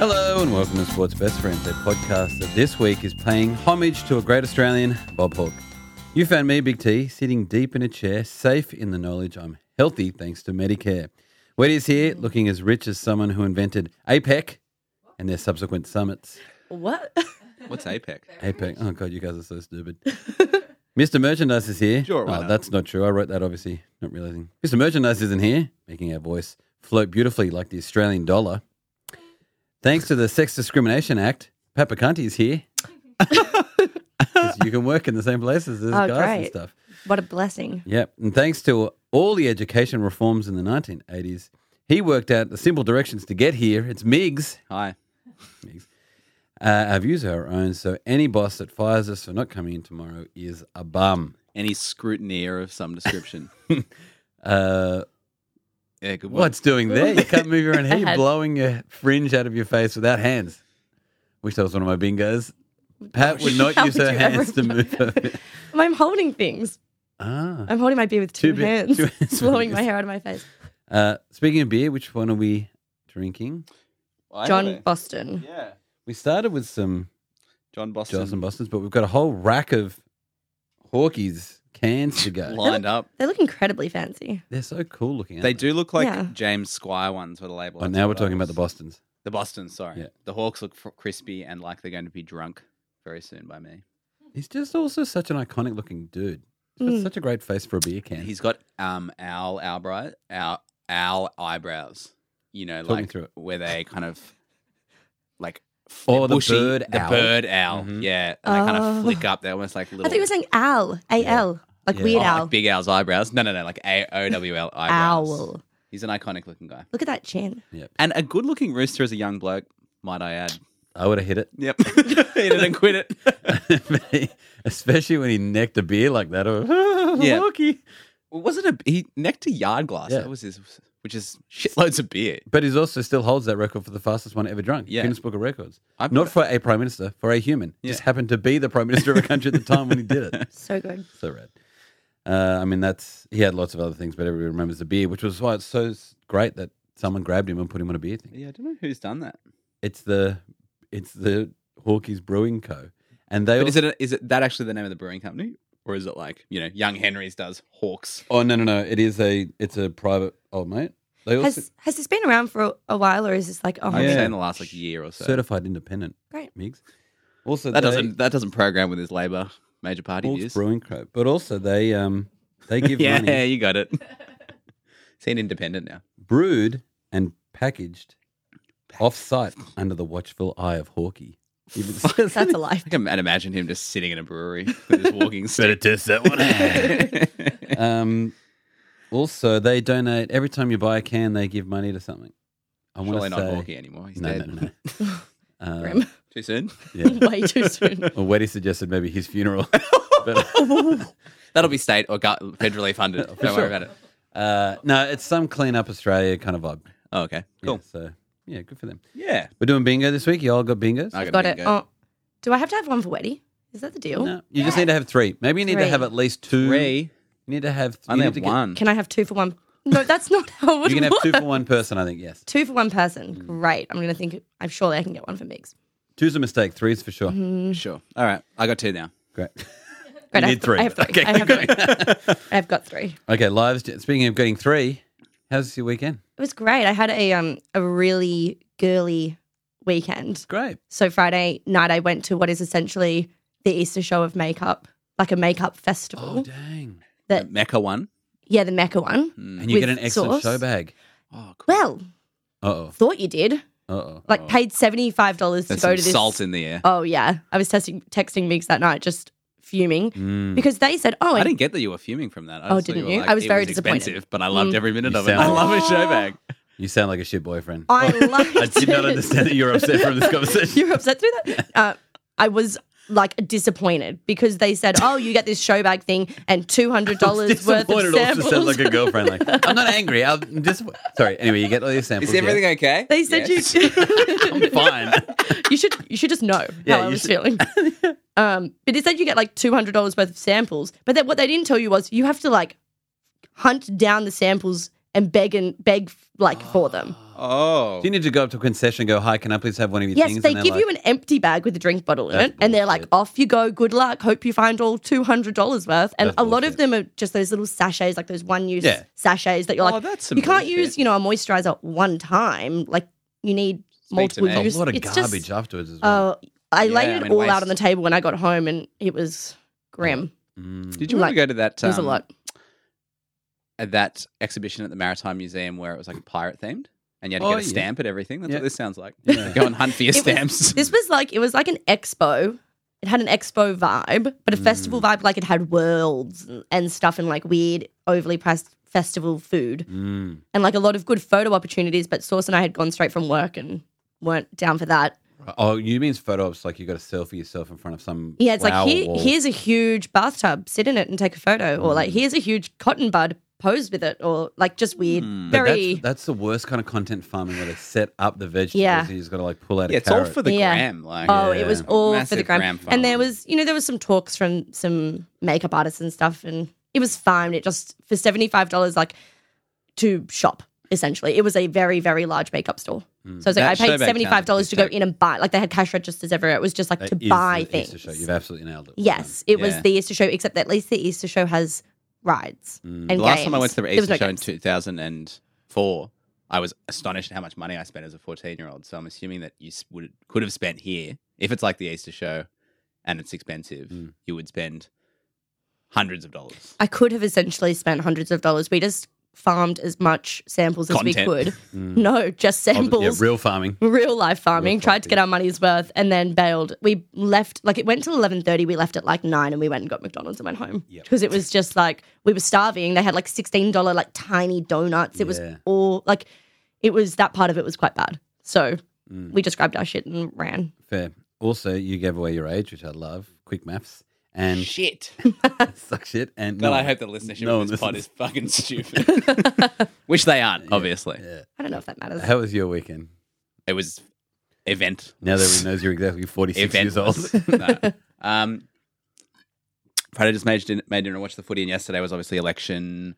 Hello and welcome to Sports Best Friends, a podcast that this week is paying homage to a great Australian, Bob Hook. You found me, Big T, sitting deep in a chair, safe in the knowledge I'm healthy thanks to Medicare. Wet is here, looking as rich as someone who invented APEC and their subsequent summits. What? What's E APEC? APEC. Oh, God, you guys are so stupid. Mr. Merchandise is here. Sure, why oh, not? that's not true. I wrote that, obviously, not realizing. Mr. Merchandise isn't here, making our voice float beautifully like the Australian dollar. Thanks to the Sex Discrimination Act, Papakanti is here. 'Cause you can work in the same places as Oh, guys and great. stuff. What a blessing. Yep. And thanks to all the education reforms in the 1980s, he worked out the simple directions to get here. It's MIGS. Hi. Uh, our views are our own, so any boss that fires us for not coming in tomorrow is a bum. Any scrutineer of some description. Uh, yeah, good one. what's doing there? You can't move your own hair. You're Bad. blowing your fringe out of your face without hands. Wish that was one of my bingos. Pat would not Oh, How use would her you ever hands to know move her. I'm holding things. Ah. I'm holding my beer with two, Two be- hands, two hands. blowing my hair out of my face. Uh, speaking of beer, which one are we drinking? I John have a- Boston. Yeah. We started with some John Boston Johnson Bostons, but we've got a whole rack of Hawkeys cans to go. lined up. They look incredibly fancy. They're so cool looking. aren't They do look like Yeah. James Squire ones with a label. Oh, that's now we're what I talking about the was- Bostons. The Boston, sorry. Yeah. The Hawks look fr- crispy and like they're going to be drunk very soon by me. He's just also such an iconic looking dude. He's got Mm. such a great face for a beer can. He's got um owl eyebrow, owl, owl eyebrows. You know, Talk me like through it. where they kind of like f- Or the bushy- bird the owl. bird owl. Mhm. Yeah, and they kind Oh. of flick up. They're almost like I little. thought you were saying owl, A L, like Yeah. weird Oh, owl. like Big Al's eyebrows. No, no, no. Like A O W L eyebrows. owl. He's an iconic looking guy. Look at that chin. Yep. And a good looking rooster as a young bloke, might I add. I would have hit Yep. Eat it and quit it. it. Especially when he necked a beer like that. Or, Yeah. Hawkey. Was it a he necked a yard glass? Yeah. That was his which is shitloads of beer. But he's also still holds that record for the fastest one ever drunk. Yeah. Guinness Book of Records. I've Not got- for a prime minister, for a human. Just happened to be the prime minister of a country at the time when he did it. So good. So rad. Uh, I mean, that's he had lots of other things, but everybody remembers the beer, which was why it's so s- great that someone grabbed him and put him on a beer thing. Yeah, I don't know who's done that. It's the it's the Hawkeys Brewing Co. And they also, But is it a, is it that actually the name of the brewing company? Or is it like, you know, Young Henry's does Hawks? oh no no no it is a it's a private old mate. They also Has has this been around for a, a while, or is this like oh I'd Yeah. say in the last like year or so. certified independent. Great. Migs. Also that they- doesn't that doesn't program with his Labour major party Hawkeys views. Brewing Co. But also they um they give yeah, money you got it. He's an independent now. brewed and packaged off site under the watchful eye of Hawkey. Even- That's a lie. I can imagine him just sitting in a brewery with his walking stick. test that um, also, they donate every time you buy a can. They give money to something. I want Surely to not say walking anymore. He's no, no, dead. no, no. Uh, Grim. Too soon. yeah. Way too soon. Well, Weddy suggested maybe his funeral. but, That'll be state or gu- federally funded. Don't sure. worry about it. uh, no, it's some clean up Australia kind of vibe. Oh, okay. Yeah, Cool. so yeah, good for them. Yeah. We're doing bingo this week. You all got bingos? I Got a it. bingo. Oh, do I have to have one for Weddy? Is that the deal? No, you just need to have three. Maybe you need to Three. have at least two. Three. You need to have. I you only need have to get- one. Can I have two for one? No, that's not how it would you can have two Mm. work. for one person. I think yes. Two for one person. Great. I'm going to think, I'm surely I can get one for Migs. Two's a mistake. Three's for sure. Mm-hmm. Sure. All right. I got two now. Great. Great. I need have, three. I have three. Okay, I have great. three. I've got three. Okay, lives. Speaking of getting three, how's your weekend? It was great. I had a um a really girly weekend. Great. So Friday night I went to what is essentially the Easter show of makeup, like a makeup festival. Oh dang! that Mecca one. Hmm. yeah, the Mecca one. And you With get an excellent sauce. show bag. Oh, cool. Well, Uh oh. thought you did. Uh oh. Like paid seventy five dollars to There's go some to this. salt in the air. Oh yeah. I was testing texting Migs that night, just fuming. Hmm. Mm, Because they said, Oh, I and didn't get that you were fuming from that. I Oh, just thought didn't were you? I was it very disappointed. Mm. Expensive, but I loved every minute You of it. I sound- love a show bag. You sound like a shit boyfriend. I liked I did not it. understand that you were upset from this conversation. You're upset through that? Uh, I was like disappointed because they said, "Oh, you get this show bag thing and two hundred dollars worth of Disappointed also samples." sound like a girlfriend. Like I'm not angry. I'm just sorry. Anyway, you get all your samples. Is everything yeah. okay? they said Yes. you I'm fine? you should you should just know Yeah, how I you was should- feeling. um, but it said you get like two hundred dollars worth of samples, but then what they didn't tell you was you have to like hunt down the samples and beg and beg like for them. Oh. Do you need to go up to a concession and go, hi, can I please have one of your Yes, things? they And they're give like, you an empty bag with a drink bottle in That's it, and they're like, bullshit. "Off you go, good luck. Hope you find all two hundred dollars worth." And That's a lot bullshit. of them are just those little sachets, like those one-use Yeah. sachets that you're Oh, like, that's some you can't bullshit. use, you know, a moisturizer one time. Like you need to multiple me. use. "Oh, a lot of It's garbage Just, afterwards as well. uh, I Yeah, laid I it mean, all waste. out on the table when I got home, and it was grim. Mm. Did you like, want to go to that? it was a um, lot. uh, That exhibition at the Maritime Museum where it was like pirate themed, and you had to Oh, get a yeah. stamp at everything. That's Yeah. what this sounds like. Yeah. go and hunt for your It was- stamps. This was like it was like an expo. It had an expo vibe, but a festival Mm. vibe. Like it had worlds and stuff, and like weird, overly priced festival food, Mm. and like a lot of good photo opportunities. But Source and I had gone straight from work and weren't down for that. Oh, you means photo ops like you got to selfie yourself in front of some. Yeah, it's flower like here, wall. here's a huge bathtub, sit in it and take a photo, or like Hmm. here's a huge cotton bud, pose with it, or like just weird, Mm. But very. That's, that's the worst kind of content farming where they set up the vegetables Yeah. and you just got to like pull out yeah, a it's carrot. all for the Yeah. gram. Like, Oh, it Yeah. was all for the Massive gram. gram and there funnel. was, you know, there was some talks from some makeup artists and stuff, and it was fine. It just for seventy five dollars, like to shop essentially. It was a very very large makeup store, Hmm. so it's like That I show paid bag seventy five dollars counts to go as in and buy. Like they had cash registers everywhere. It was just like That to is buy the Easter things. show. You've absolutely nailed it. Yes, it was Yeah. the Easter show, except that at least the Easter show has rides Mm. and the last time I games. went to the There Easter was no show in games. 2004, I was astonished at how much money I spent as a 14 year old. So I'm assuming that you s- would could have spent here if it's like the Easter show and it's expensive, Mm. you would spend hundreds of dollars. I could have essentially spent hundreds of dollars. We just farmed as much samples as we Content. could. Mm. No, just Oh, samples. yeah, real farming. real life farming. Real tried farming. to get our money's worth and then bailed. We left like it went till eleven thirty. We left at like nine and we went and got McDonald's and went home Yep. because it was just like we were starving. They had like sixteen dollar like tiny donuts. It was Yeah. all like it was that part of it was quite bad. So Mm. we just grabbed our shit and ran. Fair. Also, you gave away your age, which I love. Quick maths and Shit. suck shit. And God, no, I hope the listenership no of this one pod is fucking stupid. Which they aren't, obviously. Yeah. I don't know if that matters. How was your weekend? It was event. Now that we knows you're exactly 46 years old. Eventless. No. Um, Friday just made dinner, made dinner and watched the footy, and yesterday was obviously election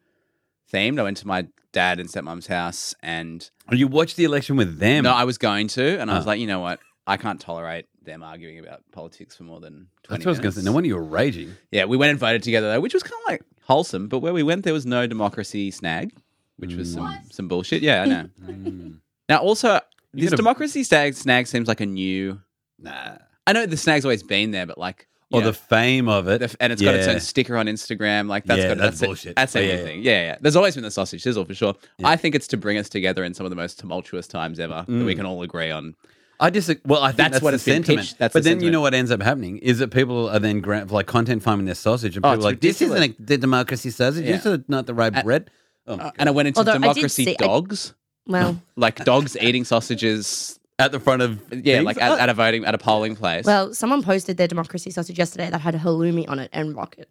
themed. I went to my dad and stepmom's house, and Oh, you watched the election with them. no, I was going to, and I was Oh. like, you know what, I can't tolerate them arguing about politics for more than That's twenty what I was going minutes. to say. No wonder you were raging. yeah, we went and voted together though, which was kind of like wholesome. But where we went, there was no democracy snag, which was some some bullshit. Yeah, I know. Mm. now, also, You this gotta- democracy snag snag seems like a new. Nah. I know the snag's always been there, but like, Or yeah. the fame of it. The f- and it's got its own sticker on Instagram. Like that's Yeah, got, that's that's it- bullshit. that's Oh, yeah, everything. Yeah. yeah, There's always been the sausage sizzle for sure. Yeah. I think it's to bring us together in some of the most tumultuous times ever that Mm. we can all agree on. I just well, I think that's, That's what the it's been sentiment. pitched. That's but the then you sentiment. know what ends up happening is that people are then gra- like content farming their sausage, and Oh, people it's are like, "This ridiculous. isn't a, the democracy sausage. Yeah. This is not the right Uh, bread." Oh my God. And I went into Although I did democracy see- I- dogs, Well, like dogs eating sausages. at the front of Yeah, things? like at, Oh, at a voting at a polling place. well, someone posted their democracy sausage yesterday that had halloumi on it and rocket.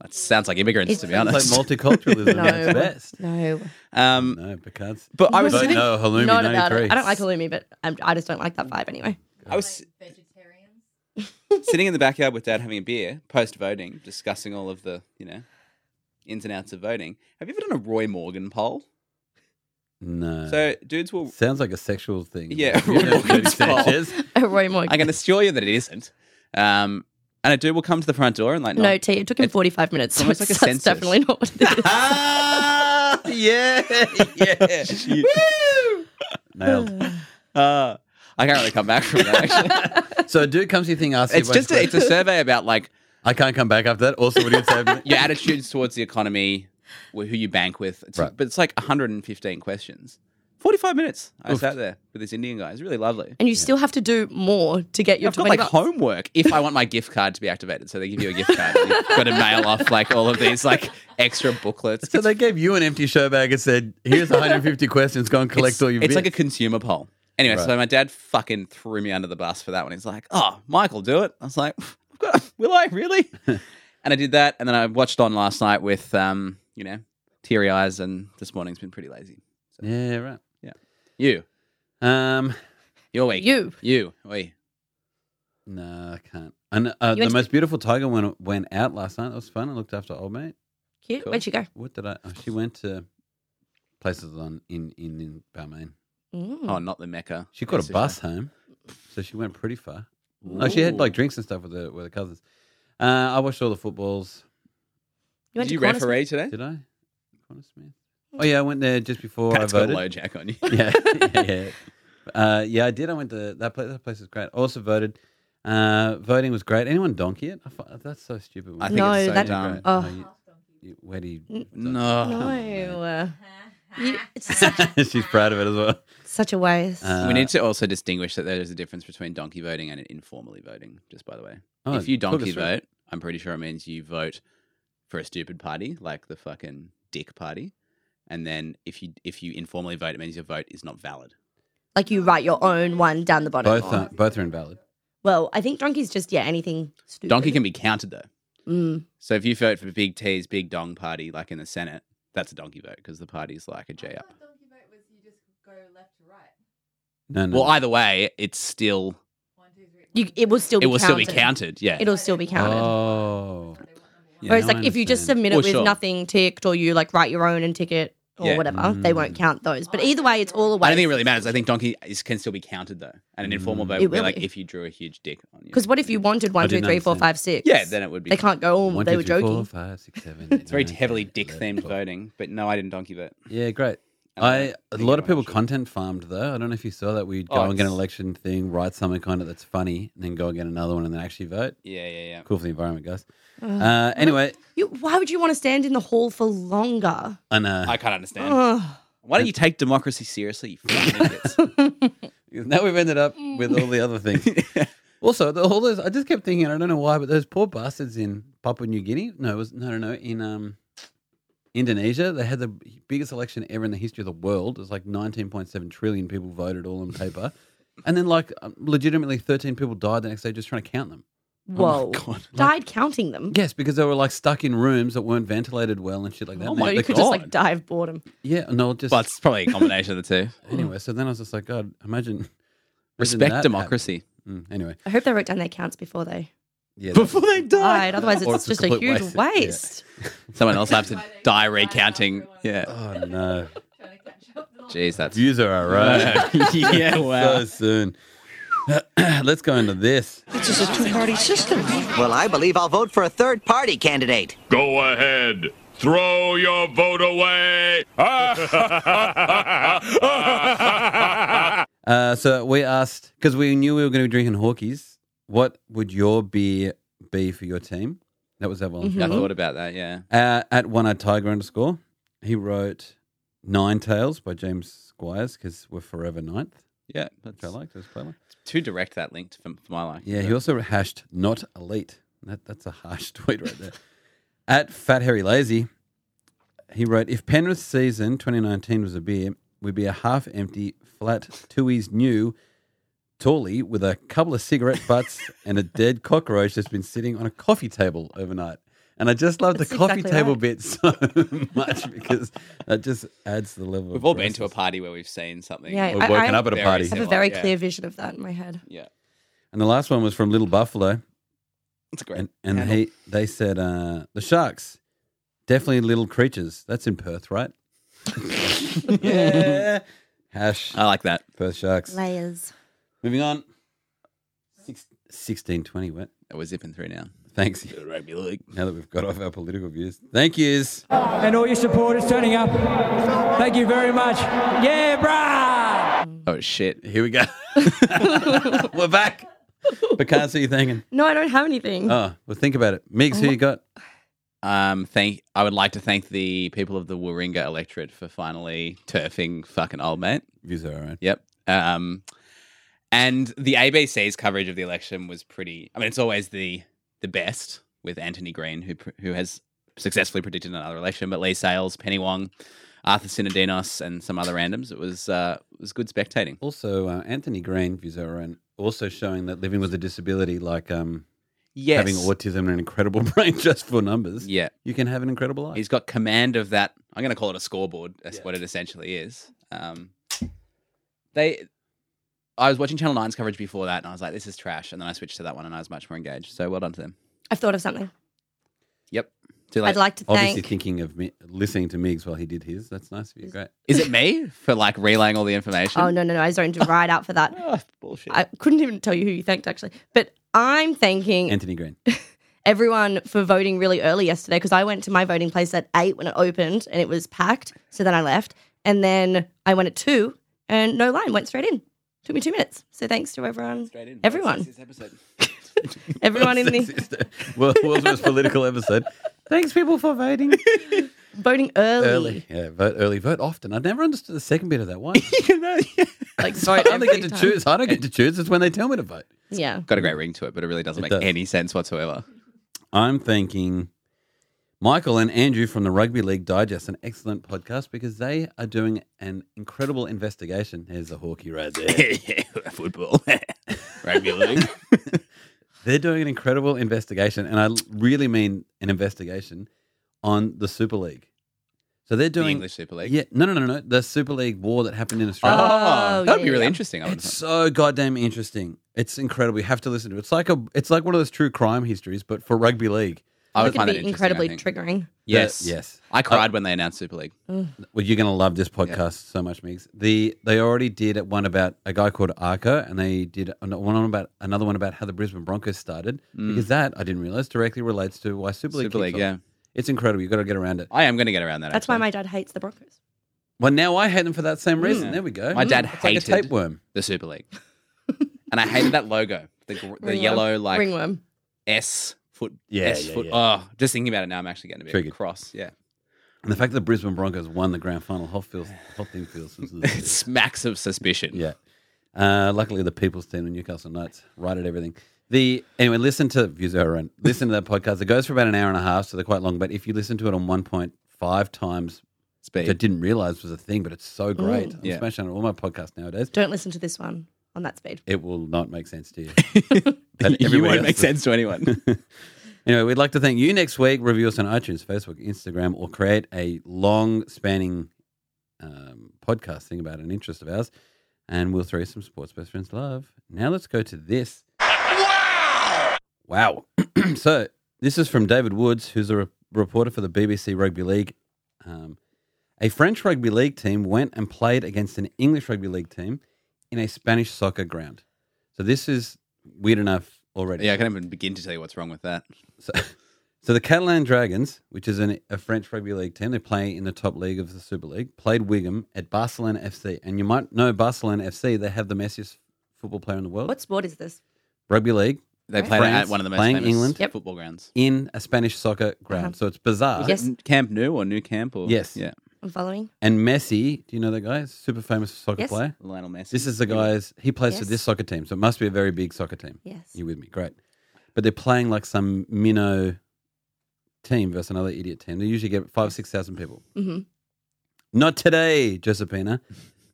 that sounds like immigrants to be it's honest. like multiculturalism No. at its best. No, um, No, Picard's. but I was But sitting, no, halloumi not about 93. it. I don't like halloumi, but i I just don't like that vibe anyway. I was vegetarians. sitting in the backyard with dad having a beer post voting, discussing all of the you know ins and outs of voting. Have you ever done a Roy Morgan poll? No. So dudes will sounds like a sexual thing. Yeah, You know, Dirty it's called- Sanchez. Roy Morgan. I can assure you that it isn't. Um, and a dude will come to the front door and like, No, T, it took him 45 minutes. So almost it's like a that's census. definitely not what it is. Ah, yeah, yeah. Woo! Nailed. Uh, I can't really come back from that. Actually, So a dude comes to you thing asks you it's just a, it's a survey about like I can't come back after that. Also, what do you say? your attitudes towards the economy, wh- who you bank with. It's, Right. But it's like 115 questions. 45 minutes. I Oof. sat there with this Indian guy. It's really lovely. and you still have to do more to get your I've got 20 like bucks. homework if I want my gift card to be activated. So they give you a gift card. and You've got to mail off like all of these like extra booklets. So they gave you an empty show bag and said, "Here's 150 questions. Go and collect it's, all your." It's like a bits." consumer poll. Anyway, Right. so my dad fucking threw me under the bus for that one. He's like, "Oh, Michael, do it." I was like, "I've got- "Will I really?" and I did that, and then I watched on last night with, um, you know, teary eyes, and this morning's been pretty lazy. yeah, right. You, Um, your week, You. you, we. no, I can't. And uh, the went to- most beautiful tiger went went out last night. That was fun. I looked after old mate. Cute. Cool. Where'd you go? What did I? Oh, she went to places on in in, in Balmain. Mm. Oh, not the Mecca. She caught a Basically. bus home, so she went pretty far. No, Oh, she had like drinks and stuff with her with her cousins. Uh, I watched all the footballs. You went Did you to Qantas- referee today? Did I? Connor Smith. Oh yeah, I went there just before Pat's I got voted. low jack on you. yeah, yeah, uh, yeah. I did. I went to that place. That place is great. Also voted. Uh, voting was great. Anyone donkey it? I fi- that's so stupid. I think No, it's so that- dumb. Great. oh. No, you- you- where do you? N- No. No. uh, you- it's such, She's proud of it as well. such a waste. Uh, we need to also distinguish that there is a difference between donkey voting and informally voting, just by the way. oh, if you talk us donkey through. vote, I'm pretty sure it means you vote for a stupid party, like the fucking dick party. And then if you if you informally vote, it means your vote is not valid. like you write your own one down the bottom. both are, both are invalid. Well, I think donkey's just yeah anything stupid. Donkey can be counted though. Mm. So if you vote for Big T's Big Dong party, like in the Senate, that's a donkey vote because the party's like a J up. donkey vote was you just go left to right. No, no. Well, either way, it's still One, two, three. You, it will still it be will counted. still be counted. Yeah. It'll still be counted. Oh. Yeah, Whereas, now like, I if you just understand. submit it Well, with sure. nothing ticked, or you like write your own and tick it, or Yeah. whatever, they won't Mm. count those. But either way, it's all a I don't think it waste. really matters. I think donkey is, can still be counted though, and an informal Mm. vote It would be will like be. if you drew a huge dick on you. Because what if you wanted I one, two, didn't three, four, understand. five, six? yeah, then it would be. they can't go. Oh, One, they two, were three, four, joking. five, six, seven, It's eight, very nine, heavily 10, dick 11, themed 12. voting, but no, I didn't donkey vote. Yeah, great. And don't I a think lot of anyone people should. content farmed though. I don't know if you saw that. We'd go Oh, and get an it's- election thing, write something on it that's funny, and then go and get another one and then actually vote. Yeah, yeah, yeah. Cool for the environment, guys. Uh, anyway, You, why would you want to stand in the hall for longer? and uh, I can't understand. Ugh. Why don't you take democracy seriously, you fucking idiots? Oh now we've ended up with all the other things. Also, the, all those I just kept thinking, I don't know why, but those poor bastards in Papua New Guinea. No, it was no, no, no, in um, Indonesia, they had the biggest election ever in the history of the world. It was like 19.7 trillion people voted, all on paper, and then like um, legitimately 13 people died the next day just trying to count them. Whoa. God. Died counting them. Yes, because they were like stuck in rooms that weren't ventilated well and shit like that. Oh And my so they- you they- could just God. like die of boredom. yeah, no, just Well, it's probably a combination of the two. anyway. So then I was just like, God, imagine, imagine that Respect hap- democracy. Mm, anyway, I hope they wrote down their counts before they yeah, Before they died. died. Otherwise, Or it's, it's a just a complete huge waste. waste. Yeah. Someone else will have to die recounting. Yeah. Oh no, Trying to catch up. to the Jeez, that's. views are alright. yeah, so wow. soon. Let's go into this. This is a two-party system. Well, I believe I'll vote for a third party candidate. Go ahead. Throw your vote away. Uh, so we asked because we knew we were going to be drinking Hawkeys. What would your beer be for your team? That was our volunteer. I thought about that, yeah. Uh, at one eyed tiger underscore, he wrote Nine Tales by James Squires because we're forever ninth, Yeah, which I that's liked. It was quite like. too direct that link for, for my liking. Yeah, he also hashed not elite. That, that's a harsh tweet right there. At Fat Harry Lazy, he wrote If Penrith season 2019 was a beer, we'd be a half empty, flat, Tui's new tally with a couple of cigarette butts and a dead cockroach that's been sitting on a coffee table overnight. And I just love That's the coffee exactly table right. bit so much because that just adds the level. We've all been to a party where we've seen something. Yeah, We've I- woken I- up at a Very party. I have a Well, very yeah. clear vision of that in my head. Yeah. And the last one was from Little Buffalo. That's great. And and he they said uh, the sharks definitely little creatures. That's in Perth, right? yeah. Hash I like that. Perth sharks. Layers. Moving on. Six, 1620 wet. Oh, We're zipping through now. Thanks. Rugby league. Now that we've got off our political views. Thank yous. and all your supporters turning up. Thank you very much. Yeah, brah! Oh shit. Here we go. we're back. But can't see you thanking. No, I don't have anything. Oh, well think about it. Meeks, who you got? Um, thank. I would like to thank the people of the Warringah electorate for finally turfing fucking old mate. Views are all right. Yep. Um, and the ABC's coverage of the election was pretty. I mean, it's always the the best with Anthony Green, who pr- who has successfully predicted another election, but Lee Sales, Penny Wong, Arthur Sinodinos, and some other randoms. It was uh, it was good spectating. Also, uh, Anthony Green, views are all right. Also showing that living with a disability like um, Yes. having autism and an incredible brain just for numbers. Yeah. You can have an incredible life. He's got command of that. I'm going to call it a scoreboard. That's what it essentially is. Um, they, I was watching Channel 9's coverage before that, and I was like, "This is trash." And then I switched to that one, and I was much more engaged. So well done to them. I've thought of something. Yep. Do like, I'd like to Obviously, thank. thinking of mi- listening to Migs while he did his. That's nice of you. Great. is it me for like relaying all the information? Oh no no no! I zoned right out for that. Ah, bullshit. I couldn't even tell you who you thanked actually, but I'm thanking Anthony Green. everyone for voting really early yesterday because I went to my voting place at eight when it opened and it was packed. So then I left, and then I went at two and no line went straight in. Took me two minutes. So thanks to everyone, Straight in. everyone, This episode. everyone in the Sexist. Well, world's most political episode. Thanks, people, for voting voting early. early. Yeah, vote early, vote often. I never understood the second bit of that one. Like I vote don't every get to time. choose. I don't get to choose. It's when they tell me to vote. Yeah, Got a great ring to it, but it really doesn't It make does. any sense whatsoever. I'm thinking Michael and Andrew from the Rugby League Digest, an excellent podcast because they are doing an incredible investigation. There's a hawkeye right there. Football. Rugby league. They're doing an incredible investigation, and I l- really mean an investigation on the Super League. So they're the doing English Super League. Yeah, no, no, no, no. The Super League war that happened in Australia. Oh, Oh, that'd yeah, be really yeah. interesting. I would It's so goddamn interesting. It's incredible. You have to listen to it. It's like a it's like one of those true crime histories, but for rugby league. I would it could find that be interesting, incredibly I think. triggering. Yes. The- yes. I cried when they announced Super League. Well, you're gonna love this podcast so much, Migs. The they already did one about a guy called Arco, and they did an- one on about another one about how the Brisbane Broncos started because that I didn't realize directly relates to why Super League. Mm. Super kicks League, off. yeah. it's incredible. You've got to get around it. I am going to get around that. That's actually. why my dad hates the Broncos. Well, now I hate them for that same reason. There we go. Hmm. My dad it's hated like a tapeworm. the Super League, and I hated that logo, the, gr- the Ringworm. yellow like ringworm. S foot. Yeah, S yeah, foot. yeah. Oh, just thinking about it now, I'm actually getting a bit Triggered. cross. Yeah, And the fact that the Brisbane Broncos won the grand final, whole feels, whole thing feels. it smacks of suspicion. Yeah. Uh, luckily, the people's team in Newcastle Knights right at everything. The anyway, listen to views are around. Listen to that podcast. It goes for about an hour and a half, so they're quite long. But if you listen to it on one point five times, Speed. which I didn't realize was a thing, but it's so great. I'm Mm, Yeah. smashing on all my podcasts nowadays. Don't listen to this one on that speed. It will not make sense to you. But you everybody won't else make is- sense to anyone. Anyway, we'd like to thank you next week. Review us on iTunes, Facebook, Instagram, or create a long spanning um, podcast thing about an interest of ours. And we'll throw you some sports best friends love. Now let's go to this. Wow. Wow. so this is from David Woods, who's a re- reporter for the BBC Rugby League. Um, a French rugby league team went and played against an English rugby league team in a Spanish soccer ground. So this is weird enough already. yeah, I can't even begin to tell you what's wrong with that. So, so the Catalan Dragons, which is an, a French rugby league team, they play in the top league of the Super League, played Wigan at Barcelona FC. And you might know Barcelona FC, they have the messiest football player in the world. What sport is this? Rugby league They Right. played France at one of the most playing famous England. Yep. football grounds. in a Spanish soccer ground. So Uh-huh. it's bizarre. Was Yes. N- Camp New or New Camp or Yes. yeah, I'm following. And Messi, do you know that guy? Super famous soccer Yes. player. Lionel Messi. This is the guy's, he plays for Yes. this soccer team. So it must be a very big soccer team. Yes. You with me? Great. But they're playing like some minnow team versus another idiot team. They usually get five, 6,000 people. Mhm. Not today, Josepina.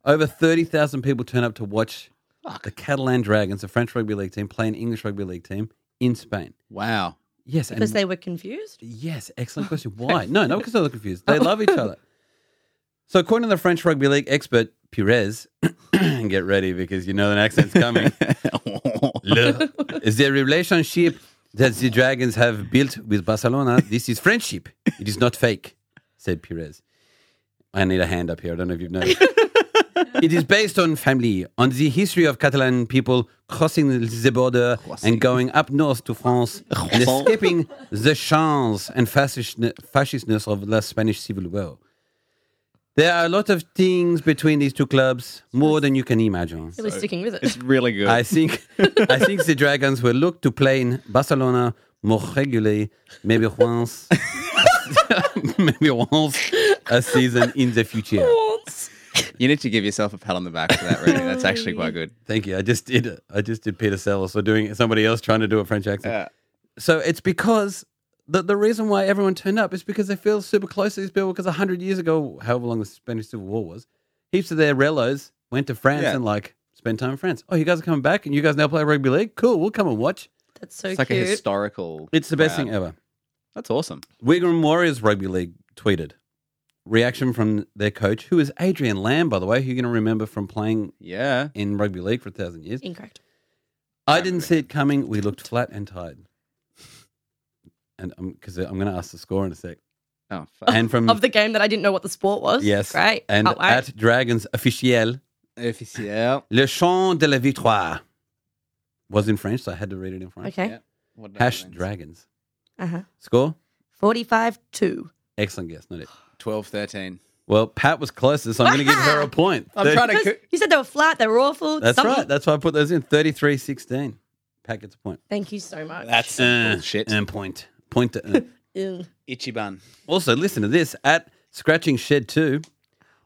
Over 30,000 people turn up to watch the Catalan Dragons, a French rugby league team, play an English rugby league team in Spain. Wow. Yes. Because they were confused. Yes, excellent question. Why? No, no, because they're confused. Oh. They love each other. So, according to the French rugby league expert Pires, get ready because you know an accent's coming. Le- the relationship that the Dragons have built with Barcelona, this is friendship. It is not fake, said Pires. I need a hand up here. I don't know if you've noticed. it is based on family, on the history of Catalan people crossing the border and going up north to France and escaping the chance and fascist- fascistness of the Spanish Civil War. There are a lot of things between these two clubs, more than you can imagine. It was sticking with it. really good. I think I think the Dragons will look to play in Barcelona more regularly, maybe once, maybe once a season in the future. you need to give yourself a pat on the back for that. Really, that's actually quite good. Thank you. I just did. it. I just did Peter Sellers or doing somebody else trying to do a French accent. Uh, So it's because the the reason why everyone turned up is because they feel super close to these people. Because hundred years ago, however long the Spanish Civil War was, heaps of their relos went to France Yeah. and like spent time in France. Oh, you guys are coming back, and you guys now play rugby league. Cool. We'll come and watch. That's so it's like a cute. historical. It's the best crowd. thing ever. That's awesome. Wigan Warriors Rugby League tweeted reaction from their coach, who is Adrian Lamb, by the way, who you're going to remember from playing Yeah. in rugby league for a thousand years. Incorrect. I didn't see it coming. We looked flat and tired. and because I'm going to ask the score in a sec. Oh, fuck. And from of the game that I didn't know what the sport was. Mm. yes, Great. and Can't wait. at Dragons officiel, Officiel. Le Chant de la Victoire was in French, so I had to read it in French. okay. Yeah. What did I Hash say? Dragons Uh-huh. score. 45 2. Excellent guess, not it. 12, 13. Well, Pat was closest, so I'm going to give her a point. I'm trying to- Because could- you said they were flat, they were awful. That's something- right. That's why I put those in. 33-16. Pat gets a point. Thank you so much. That's bullshit. Uh, And point. Point to earn. Ew. Ichiban. Also, listen to this at Scratching Shed 2.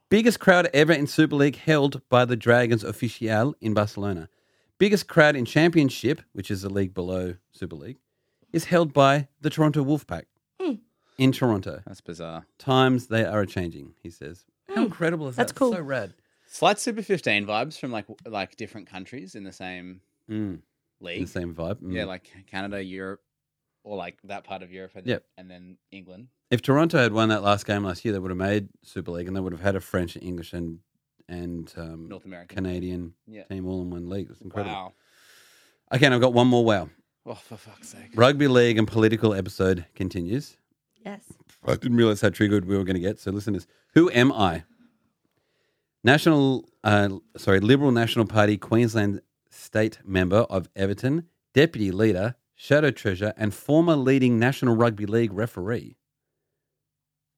Biggest crowd ever in Super League held by the Dragons Official in Barcelona. Biggest crowd in Championship, which is the league below Super League, is held by the Toronto Wolfpack in Toronto. That's bizarre. Times they are a changing, he says. How incredible is That's that? cool. So rad. Slight Super 15 vibes from like like different countries in the same Mm, league. the same vibe. Mm. Yeah, like Canada, Europe, or like that part of Europe, and, Yep. and then England. if Toronto had won that last game last year, they would have made Super League and they would have had a French, English, and and um, North American. Canadian Yeah. team all in one league. It's incredible. Wow. Okay, and I've got one more wow. Oh, for fuck's sake. Rugby league and political episode continues. Yes. I didn't realize how triggered we were going to get. So listen to this. Who am I? National, uh, sorry, Liberal National Party Queensland state member of Everton, deputy leader, shadow treasurer, and former leading National Rugby League referee.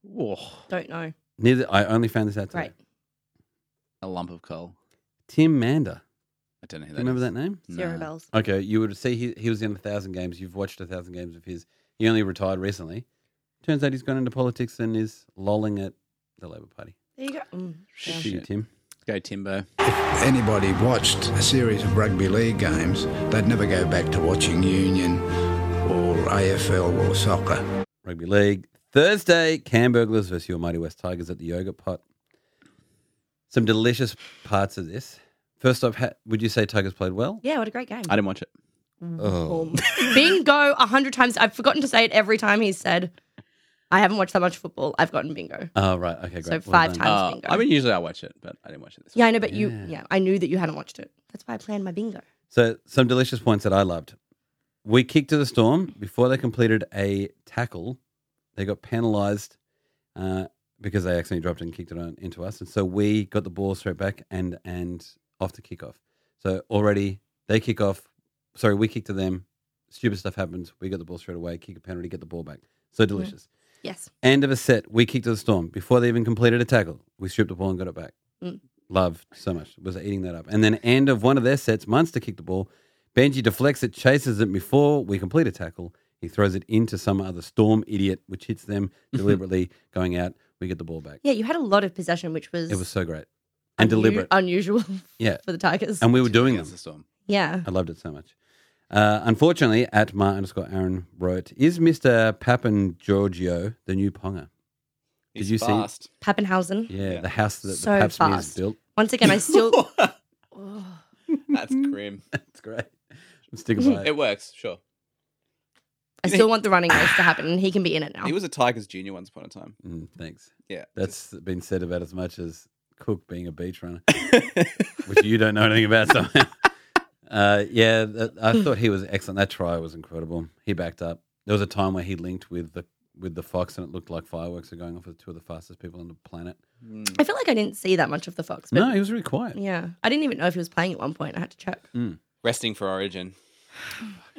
Whoa. Don't know. Neither I only found this out today. Right. A lump of coal. Tim Mander. I don't know who Do that you remember that is. name? Zero No. bells. Okay, you would see he, he was in a thousand games. You've watched a thousand games of his. He only retired recently. Turns out he's gone into politics and is lolling at the Labor Party. There you go. Mm, Good yeah. for you, Tim. Go Timbo. anybody watched a series of rugby league games, they'd never go back to watching Union or AFL or soccer. Rugby League. Thursday, Camberglers versus your Mighty West Tigers at the Yogurt Pot. Some delicious parts of this. First up, ha- would you say Tigers played well? Yeah, what a great game. I didn't watch it. Um, bingo a hundred times. I've forgotten to say it every time he said, I haven't watched that much football. I've gotten bingo. Oh, right. Okay, great. So Well five done. times Uh, bingo. I mean, usually I watch it, but I didn't watch it this yeah, I know, but you, Yeah. yeah, I knew that you hadn't watched it. That's why I planned my bingo. So some delicious points that I loved. We kicked to the storm before they completed a tackle. They got penalised uh, because they accidentally dropped it and kicked it on, into us, and so we got the ball straight back and and off to kick off. So already they kick off. Sorry, we kick to them. Stupid stuff happens. We got the ball straight away. Kick a penalty. Get the ball back. So delicious. Yes. End of a set. We kicked to the storm before they even completed a tackle. We stripped the ball and got it back. Mm. Loved so much. Was eating that up. And then end of one of their sets. Munster kicked the ball. Benji deflects it, chases it before we complete a tackle. He throws it into some other storm idiot, which hits them Mm-hmm. deliberately going out. We get the ball back. Yeah, you had a lot of possession, which was It was so great and unu- deliberate. unusual Yeah. for the Tigers. And we were one. doing them. Against the storm. yeah, I loved it so much. Uh, unfortunately, at my underscore Aaron wrote, is Mr. Papan Giorgio the new Ponga? Did He's you see- fast. Pappenhausen. Yeah, Yeah. the house that So the Pap Smears fast. built. Once again, I still. Oh, That's grim. It's great. I'm sticking by It it. works, sure. I still want the running race to happen, and he can be in it now. He was a Tigers junior once upon a time. Mm, thanks. Yeah. That's been said about as much as Cook being a beach runner, which you don't know anything about somehow. Uh, yeah, that, I Hmm. thought he was excellent. That try was incredible. He backed up. There was a time where he linked with the with the fox, and it looked like fireworks were going off with two of the fastest people on the planet. I feel like I didn't see that much of the Fox, but no, he was really quiet. yeah, I didn't even know if he was playing at one point. I had to check. Resting for Origin.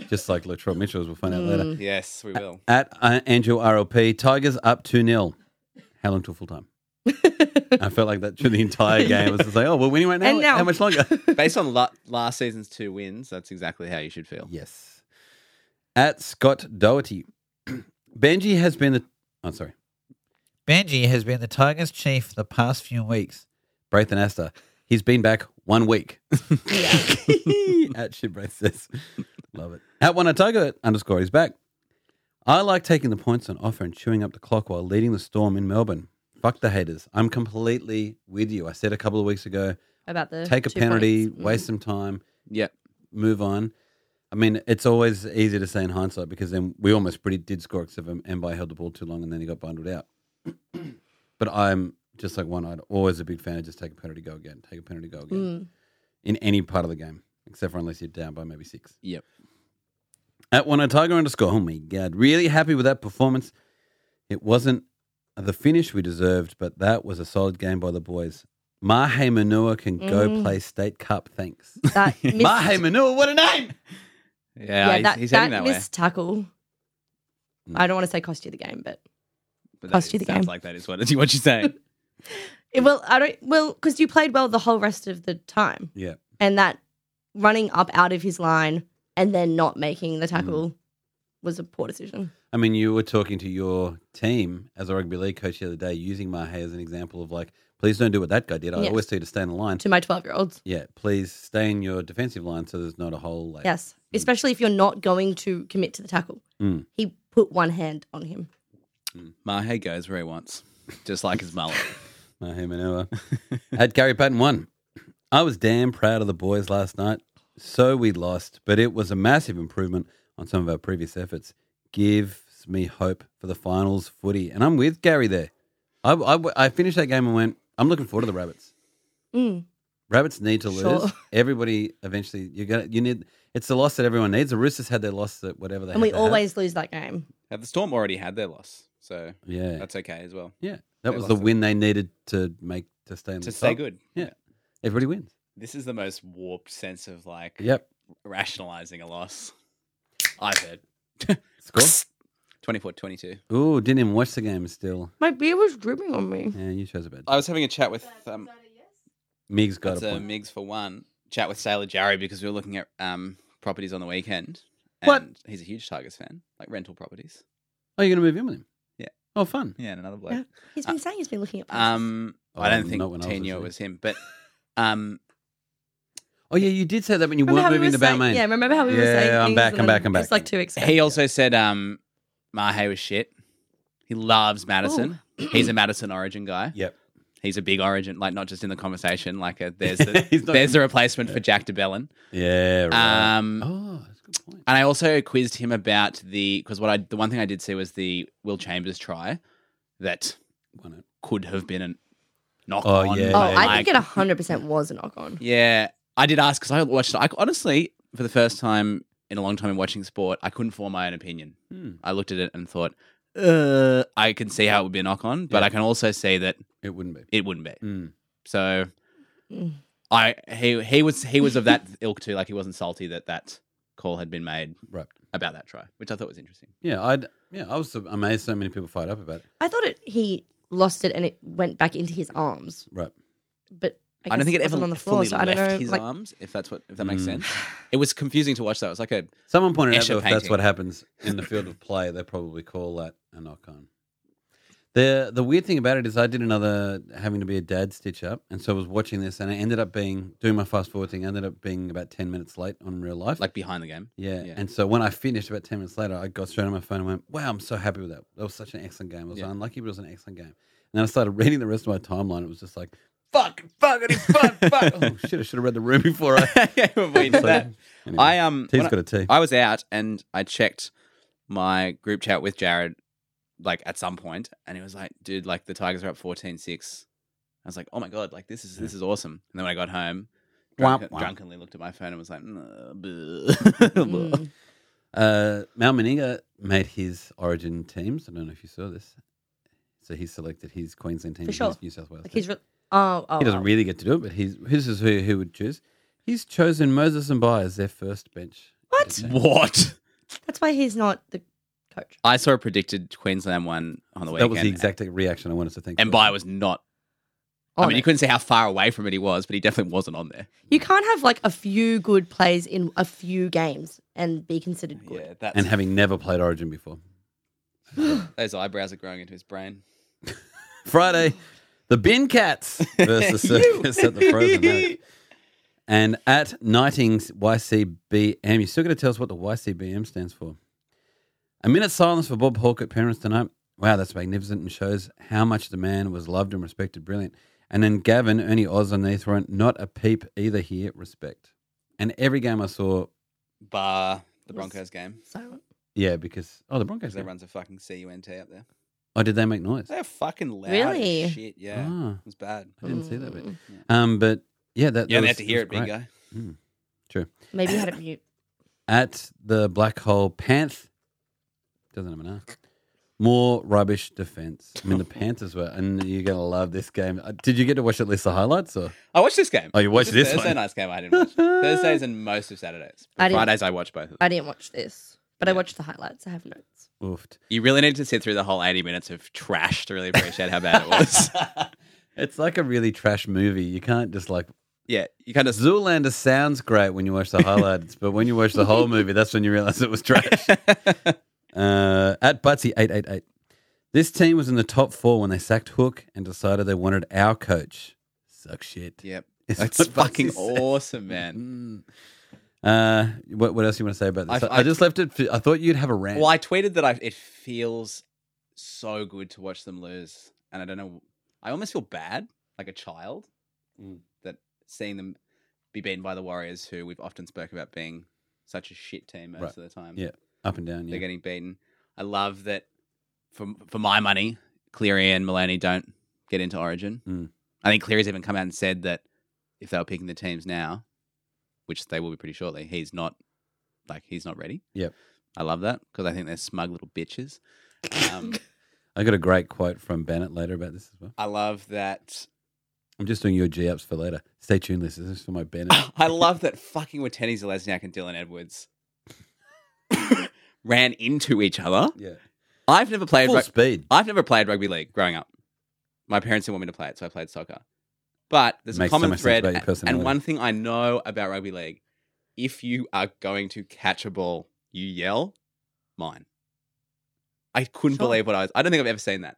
Just like Latrell Mitchell, as we'll find out Hmm. later. Yes, we will. At uh, Andrew RLP, Tigers up 2 0. How long till full time? I felt like that through the entire game. I was just like, oh, we're winning right now. And now- How much longer? Based on la- last season's two wins, that's exactly how you should feel. Yes. At Scott Doherty. Benji has been the. oh, I'm sorry. Benji has been the Tigers chief for the past few weeks. Braithen Astor. He's been back one week. At Shibraith says. Love it. At one Tiger underscore he's back. I like taking the points on offer and chewing up the clock while leading the storm in Melbourne. Fuck the haters. I'm completely with you. I said a couple of weeks ago, About the take a Uh, two penalty, points. Mm. waste some time Yep. move on. I mean, it's always easy to say in hindsight because then we almost pretty did score except M- Mbai held the ball too long and then he got bundled out. but I'm just like one eyed, always a big fan of just take a penalty, go again, take a penalty, go again in any part of the game, except for unless you're down by maybe six. Yep. At one Tiger underscore. Oh my god, really happy with that performance. It wasn't the finish we deserved, but that was a solid game by the boys. Mahe Manua can go play State Cup. Thanks. That missed, Mahe Manua, what a name! Yeah, yeah, he's, that, he's that, heading that, way. missed tackle. Mm. I don't want to say cost you the game, but But cost that you the game. sounds like that is what, what you're saying. it, well, I don't. Well, because you played well the whole rest of the time, Yeah, and that running up out of his line and then not making the tackle was a poor decision. I mean, you were talking to your team as a rugby league coach the other day, using Mahe as an example of like, please don't do what that guy did. I Yeah. always tell you to stay in the line. To my twelve-year-olds, Yeah, please stay in your defensive line so there's not a hole. Like, yes, especially if you're not going to commit to the tackle. Mm. He put one hand on him. Mahe goes where he wants, just like his mullet. Mahe Manua. At Gary Patton one. I was damn proud of the boys last night. So we lost, but it was a massive improvement on some of our previous efforts. Gives me hope for the finals footy. And I'm with Gary there. I, I, I finished that game and went, I'm looking forward to the Rabbits. Mm. Rabbits need to Sure. lose. Everybody eventually, you're gonna, you need, it's the loss that everyone needs. The Roosters had their loss at whatever they had And we to have. always lose that game. Now, the Storm already had their loss, so Yeah. that's okay as well. yeah. That they was lost the it. win they needed to make, to stay in the To stay top. good. Yeah. Everybody wins. This is the most warped sense of like Yep. rationalizing a loss I've heard. Score. 24 22. Ooh, didn't even watch the game still. My beer was dripping on me. Yeah, you chose a bad. I was having a chat with um, Mig's got that's a a point. Migs for one. Chat with Sailor Jarry because we were looking at um, properties on the weekend. And What? He's a huge Tigers fan, like rental properties. Oh, you're gonna move in with him? Yeah. Oh, fun. Yeah, and another bloke. Yeah. He's been saying he's been looking at places. Um, I Oh, don't think not when I was T a knew it kid. was him, but um, Oh yeah, you did say that when you Remember how weren't we moving were to saying- Balmain. Yeah, remember how we were Yeah, saying I'm things back, and I'm then back, I'm back. It's like two weeks ago. he also said um, Mahe was shit. He loves Madison. He's a Madison Origin guy. Yep. He's a big Origin, like not just in the conversation. Like a, there's the, He's not- there's the replacement for Jack DeBellin. Yeah. Right. Um, oh, that's a good point. And I also quizzed him about the because what I the one thing I did see was the Will Chambers try that Won it. could have been a knock Oh, on. yeah. Oh, Yeah. I think it 100% was a knock on. Yeah, I did ask because I watched. I honestly, for the first time in a long time in watching sport, I couldn't form my own opinion. Hmm. I looked at it and thought, uh, I can see how it would be a knock on, but Yeah. I can also see that It wouldn't be. it wouldn't be. Mm. So, Mm. I he he was he was of that ilk too. Like he wasn't salty that that call had been made Right. about that try, which I thought was interesting. Yeah. I'd. Yeah. I was so amazed so many people fired up about it. I thought it, he lost it and it went back into his arms, Right. but I, I, don't guess think it ever wasn't on the floor, fully so I don't left know. his Like, arms. If that's what if that makes Mm. sense, Hmm. it was confusing to watch. Though it was like a Someone pointed out Escher though, if that's painting. what happens in the field of play, they probably call that a knock on. The the weird thing about it is I did another having to be a dad stitch up, and so I was watching this, and I ended up being doing my fast forward thing. I ended up being about ten minutes late on real life. like behind the game. Yeah. Yeah. And so when I finished about 10 minutes later, I got straight on my phone and went, wow, I'm so happy with that. That was such an excellent game. I was Yeah. unlucky, but it was an excellent game. And then I started reading the rest of my timeline. It was just like, Fuck, fuckity, fuck, fuck. oh, shit, I should have read the room before I. yeah, we did So, that. anyway, I um, T's when I- got a T. I was out and I checked my group chat with Jared like at some point and he was like, dude, like the Tigers are up 14-6. I was like, oh my god, like this is this is awesome. And then when I got home, drunk- Womp womp. drunkenly looked at my phone and was like, "Mm, bleh." mm. Uh, Mal Meninga made his origin teams. I don't know if you saw this. So he selected his Queensland team, For and sure. his New South Wales. like team. he's re- oh, oh, he doesn't oh. really get to do it, but he's, this is who he would choose. He's chosen Moses and Bai as their first bench. What? what? That's why he's not the coach. I saw a predicted Queensland one on the That weekend. was the exact reaction I wanted to think. and of. Bai was not I On mean, it. you couldn't see how far away from it he was, but he definitely wasn't on there. You can't have like a few good plays in a few games and be considered good. that's and having never played Origin before. those eyebrows are growing into his brain. Friday, the Bin Cats versus Circus at the Frozen Oak. And at Nightings YCBM, you're still going to tell us what the YCBM stands for. A minute silence for Bob Hawke at Parents tonight. Wow, that's magnificent and shows how much the man was loved and respected. Brilliant. And then Gavin, Ernie Oz on the throne. Not a peep either here. Respect. And every game I saw, Bar the Broncos game. Silent. yeah, because oh, the Broncos. Because game. everyone's a fucking CUNT up there. Oh, did they make noise? They're fucking loud. Really? As shit, yeah. Ah. It was bad. I didn't see that bit. Um, but yeah, that that Yeah, they was- Mm. had to hear was it, big great. guy. True. Maybe he had it mute. at the black hole Panth. Doesn't have an R. More rubbish defense. I mean, the Panthers were, and you're going to love this game. Uh, Did you get to watch at least the highlights? Or I watched this game. Oh, you watched this Thursday one? night's game. I didn't watch Thursdays and most of Saturdays. But I didn't- Fridays I watch both. Of them. I didn't watch this, but I watched the highlights. I have notes. oofed? You really need to sit through the whole eighty minutes of trash to really appreciate how bad it was. It's like a really trash movie. You can't just like yeah, you kind of Zoolander sounds great when you watch the highlights, but when you watch the whole movie, that's when you realize it was trash. uh, at Butsy eight eight eight, this team was in the top four when they sacked Hook and decided they wanted our coach. Suck shit. Yep. It's That's what Butsy fucking said. awesome, man. Uh, what, what else you want to say about this? I- I, I just left it. For, I thought you'd have a rant. Well, I tweeted that I, it feels so good to watch them lose, and I don't know. I almost feel bad, like a child, Mm. that seeing them be beaten by the Warriors, who we've often spoken about being such a shit team most Right. of the time. Yeah, up and down. they're Yeah. getting beaten. I love that. For for my money, Cleary and Mulaney don't get into Origin. Mm. I think Cleary's even come out and said that if they were picking the teams now, which they will be pretty shortly, he's not like he's not ready. Yep. I love that because I think they're smug little bitches. Um, I got a great quote from Bennett later about this as well. I love that. I'm just doing your G ups for later. Stay tuned, listeners. This is for my Bennett. I love that fucking Wateni Zelezniak and Dylan Edwards ran into each other. yeah, I've never played full rug- speed. I've never played rugby league growing up. My parents didn't want me to play it, so I played soccer. But there's Makes a so common much sense thread, about your a- and personality. one thing I know about rugby league: if you are going to catch a ball, you yell. Mine. I couldn't Sure. believe what I was. I don't think I've ever seen that.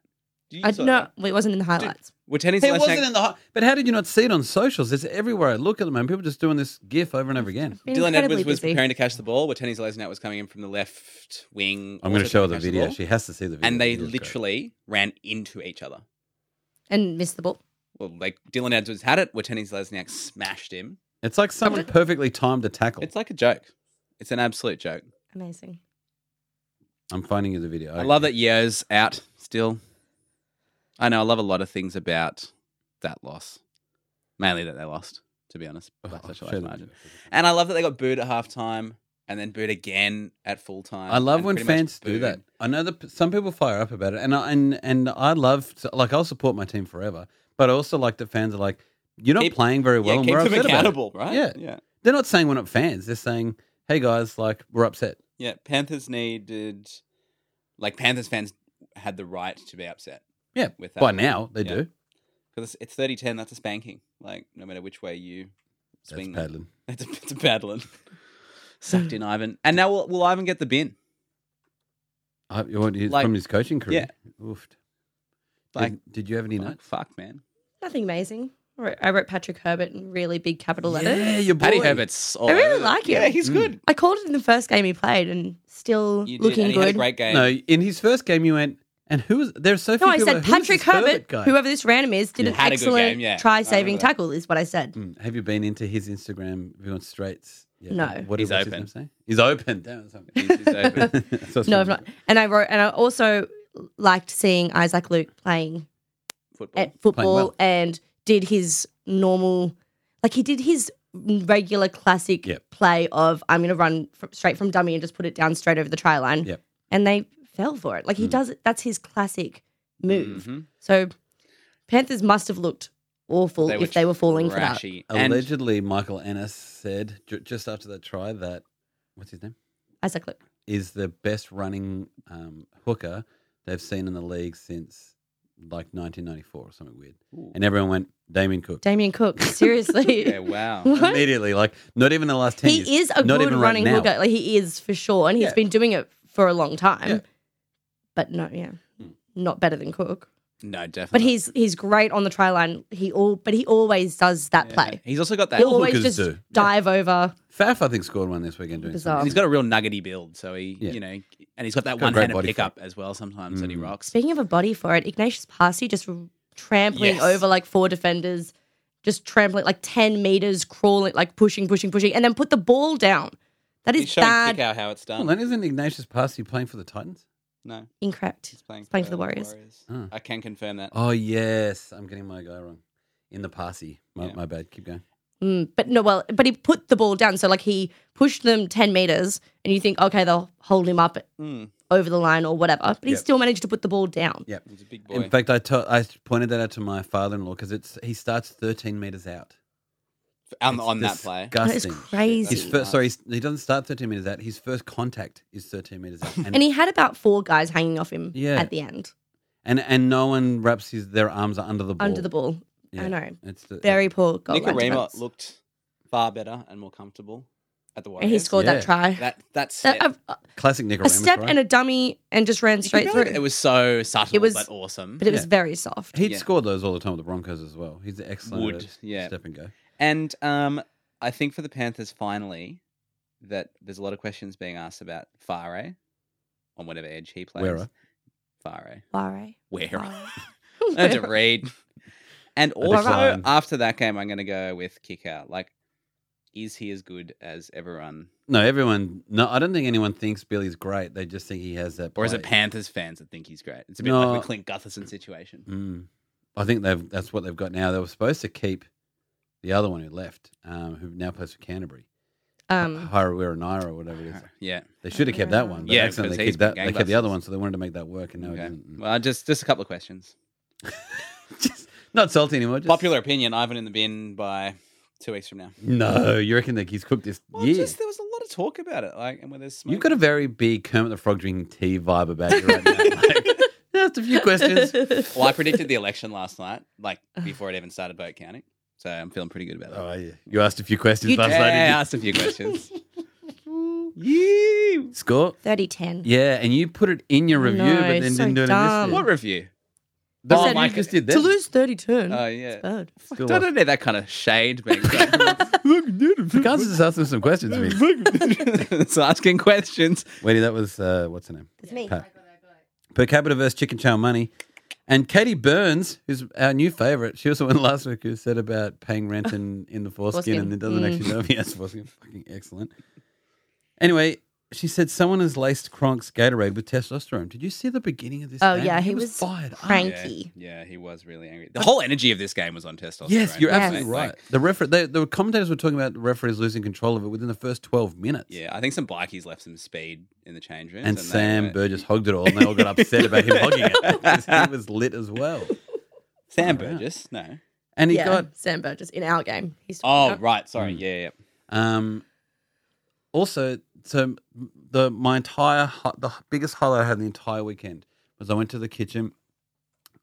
Do you I saw no, that? well, it wasn't in the highlights. Were tennis It last wasn't night- in the hot. But how did you not see it on socials? It's everywhere. I look at them and people just doing this GIF over and over again. Been Dylan incredibly Edwards was busy. preparing to catch the ball. Where Tennis Lesnat was coming in from the left wing. I'm going to also show her trying the catch video. ball, she has to see the video. and they It is great. literally ran into each other. and missed the ball. Well, like Dylan Edwards had it. Where Tennis Lesniak smashed him. It's like someone perfectly timed a tackle. It's like a joke. It's an absolute joke. Amazing. I'm finding you the video. I love that Yo's out still. I know. I love a lot of things about that loss, mainly that they lost, to be honest. Oh, by I'll such show a large them. margin. And I love that they got booed at halftime and then booed again at full time. I love and when pretty much fans do booed. that. I know that some people fire up about it, and I, and and I love like I'll support my team forever, but I also like that fans are like, "You're not Keep- playing very well," Yeah, and keep we're them upset about it. accountable, right? Yeah. yeah, They're not saying we're not fans. They're saying, "Hey guys, like we're upset." yeah. Panthers needed, like Panthers fans had the right to be upset Yeah, With that. by now they Yeah. do. because it's thirty ten. That's a spanking. Like no matter which way you That's swing, that. paddling. It's a, it's a bad one. Sucked in Ivan. And now will, will Ivan get the bin? I, you want his, Like- from his coaching career. Oofed. Like- did, did you have any Like, nuts? fuck, man. Nothing amazing. I wrote, I wrote Patrick Herbert in really big capital letters. Yeah, your boy. Paddy Herbert's. all I really over the- like him. Oh, Yeah, he's good. I called it in the first game he played, and still You did, looking and he good. had a great game. No, in his first game, you went, and who was there's so few no, I people, said who was Patrick this Herbert, Herbert, guy? whoever this random is, did Yeah. an Had a good game, excellent yeah. I try remember saving that. tackle, is what I said. Mm, Have you been into his Instagram? If you want straights, yeah. No. What He's what's open. His name say? He's open. Damn, something. He's- he's open. No, I've not. And I wrote, and I also liked seeing Isaac Luke playing Football. at football well. and did his normal, like he did his regular classic Yep. play of I'm going to run fr straight from dummy and just put it down straight over the try line. Yep. And they fell for it. Like he Mm. does it. That's his classic move. Mhm. So Panthers must have looked awful if they were falling for that. trashy. And Allegedly, Michael Ennis said ju- just after that try that what's his name Isaac Luke. is the best running um, hooker they've seen in the league since like 1994 or something weird. And everyone went Damien Cook Damien Cook, seriously. yeah, wow. What? immediately. Like not even the last ten. years. He is a not good even right running now. hooker. Like he is for sure, and he's Yeah. been doing it for a long time. Yeah. Hmm. But no, yeah, not better than Cook. No, definitely. But he's he's great on the try line. He all but he always does that play. He's also got that. He always hookers just do. dive over. Faf, I think, scored one this weekend. Doing Bizarre. and he's got a real nuggety build, so he, Yeah. you know, and he's got that got a one great handed body pickup as well. Sometimes that he Mm. rocks. Speaking of a body for it, Ignatius Parsi just trampling Yes. over like four defenders, just trampling like ten meters, crawling, like pushing, pushing, pushing, and then put the ball down. That He's is showing bad. Kickout how it's done. Well, and isn't Ignatius Parsi playing for the Titans? no, Incorrect. he's playing, playing for the Warriors. Oh. I can confirm that. Oh yes, I'm getting my guy wrong. In the Parsi, my, Yeah. my bad. Keep going. Mm, but no, well, but he put the ball down. So like he pushed them 10 meters and you think, okay, they'll hold him up Hmm. over the line or whatever. But he Yep. still managed to put the ball down. Yep. He's a big boy. In fact, I to- I pointed that out to my father-in-law because it's he starts 13 meters out. on, It's on that play. That is disgusting. crazy. His first, sorry, he's- he doesn't start 13 meters out. His first contact is 13 meters out, and And he had about four guys hanging off him Yeah. at the end, and, and no one wraps his their arms under the ball. under the ball. I know. It's the, Very poor goal. line Nicarima defense. looked far better and more comfortable at the and Warriors. he scored Yeah. that try. That that's That- a, a- classic Nick a step and a dummy and just ran straight through. It was so subtle, It was- but awesome. but it was Yeah. very soft. He'd Yeah. scored those all the time with the Broncos as well. He's excellent. Would, at yeah. Step and go. and um, I think for the Panthers, finally, that there's a lot of questions being asked about Fare on whatever edge he plays. Wera. Fare. Ware. Where? Ware. I had to read. And also decline. after that game, I'm going to go with kick out. Like, is he as good as everyone, No, everyone. No, I don't think anyone thinks Billy's great. They just think he has that. or is it play. Panthers fans that think he's great? It's a bit No. like the Clint Gutherson situation. Mm. I think they've. That's what they've got now. They were supposed to keep the other one who left, um, who now plays for Canterbury, Um, Hirawira Naira or whatever it is. Yeah. They should have kept that one. But Yeah, yeah, accidentally because they he's kept that. been They kept the other gangbusters. one, so they wanted to make that work, and now it okay. didn't. Well, just just a couple of questions. Just not salty anymore. Just, Popular opinion: Ivan in the bin by two weeks from now. No, you reckon that he's cooked this Well, year? just there was a lot of talk about it, like and where there's smoke. You've got a very big Kermit the Frog drinking tea vibe about you right now. Like, just a few questions. well, I predicted the election last night, like before it even started vote counting. So I'm feeling pretty good about that. Oh, yeah. You asked a few questions You last yeah, night. didn't I asked a few questions. you? Score? 30 10. Yeah, and you put it in your review, No, but then it's so didn't do it dumb. in this. what year. review? That's Oh, what my you just did To then. lose 30 10. Oh yeah. bad. Still Don't, lost. don't need that kind of shade being The guys just asked him some questions. Vince. it's asking questions. Wait, that was, uh, what's her name? It's me. Pat. per capita versus chicken chow money. And Katie Burns, who's our new favourite, she also went last week who said about paying rent in, in the foreskin, Foreskin. Mm. and it doesn't actually know if he has foreskin. Fucking excellent. Anyway, she said someone has laced Kronk's Gatorade with testosterone. Did you see the beginning of this? Oh, game? yeah, he was fired. up. crank. Yeah, Key. yeah, he was really angry. The whole energy of this game was on testosterone. Yes, you're Yes. absolutely right. The refer- they, the commentators were talking about the referees losing control of it within the first twelve minutes. Yeah, I think some bikies left some speed in the change rooms. And they Sam were- Burgess hogged it all, and they all got upset about him hogging it. 'cause He was lit as well, Sam Far out. Burgess, no. and he yeah, got Sam Burgess in our game. He's Oh, talking about- right. Sorry. Mm. Yeah, yeah. Um, also, so the my entire hi- the biggest highlight I had the entire weekend was I went to the kitchen.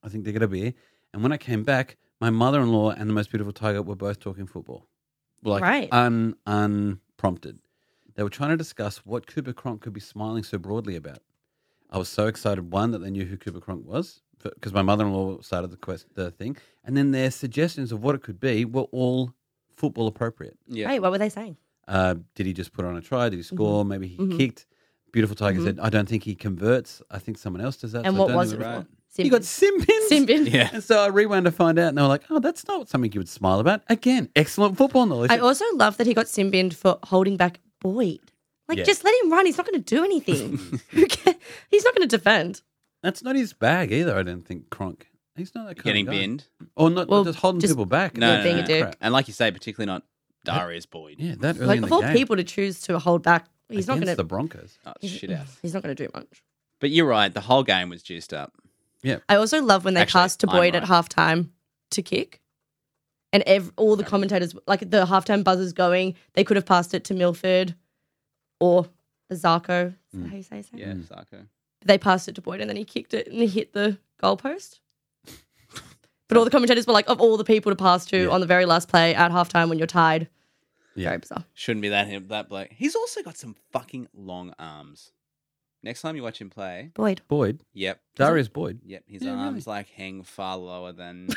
I think they get a beer, and when I came back, my mother in law and the most beautiful tiger were both talking football, like Right. un unprompted. They were trying to discuss what Cooper Cronk could be smiling so broadly about. I was so excited, one, that they knew who Cooper Cronk was, because my mother in law started the, quest, the thing. And then their suggestions of what it could be were all football appropriate. Yeah. Hey, what were they saying? Uh, did he just put on a try? Did he Mm-hmm. score? Maybe he kicked. Beautiful Tiger said, I don't think he converts. I think someone else does that. And so I what don't was it think for? we're right." Sin He got bin. simpins. Sin bin. Yeah. And so I rewound to find out, and they were like, oh, that's not something you would smile about. Again, excellent football knowledge. I also love that he got Simbined for holding back Boyd. Like, Yeah. just let him run. He's not going to do anything. Who cares? He's not going to defend. that's not his bag either, I don't think, Kronk. He's not that kind Getting of guy. binned. Or not, Well, just holding just- people back. No, Yeah, no, being a no. dick. Crap. And like you say, particularly not Darius Boyd. Yeah, that early Like, in the of all game. people to choose to hold back, he's not against going to. the Broncos. Oh, shit out. He's not going to do much. But you're right. The whole game was juiced up. I also love when they Actually, pass to I'm Boyd right. at halftime to kick. And ev- all the commentators, like the halftime buzzers going, they could have passed it to Milford or Zarko. Is that how you say his name? Mm. Yeah, Mm. Sarko. They passed it to Boyd and then he kicked it and he hit the goalpost. but all the commentators were like, of all the people to pass to Yeah. on the very last play at halftime when you're tied. Yeah. Very bizarre. Shouldn't be that him, that bloke. He's also got some fucking long arms. Next time you watch him play, Boyd. Boyd, yep, Darius Boyd. yep, his Yeah, arms like hang far lower than,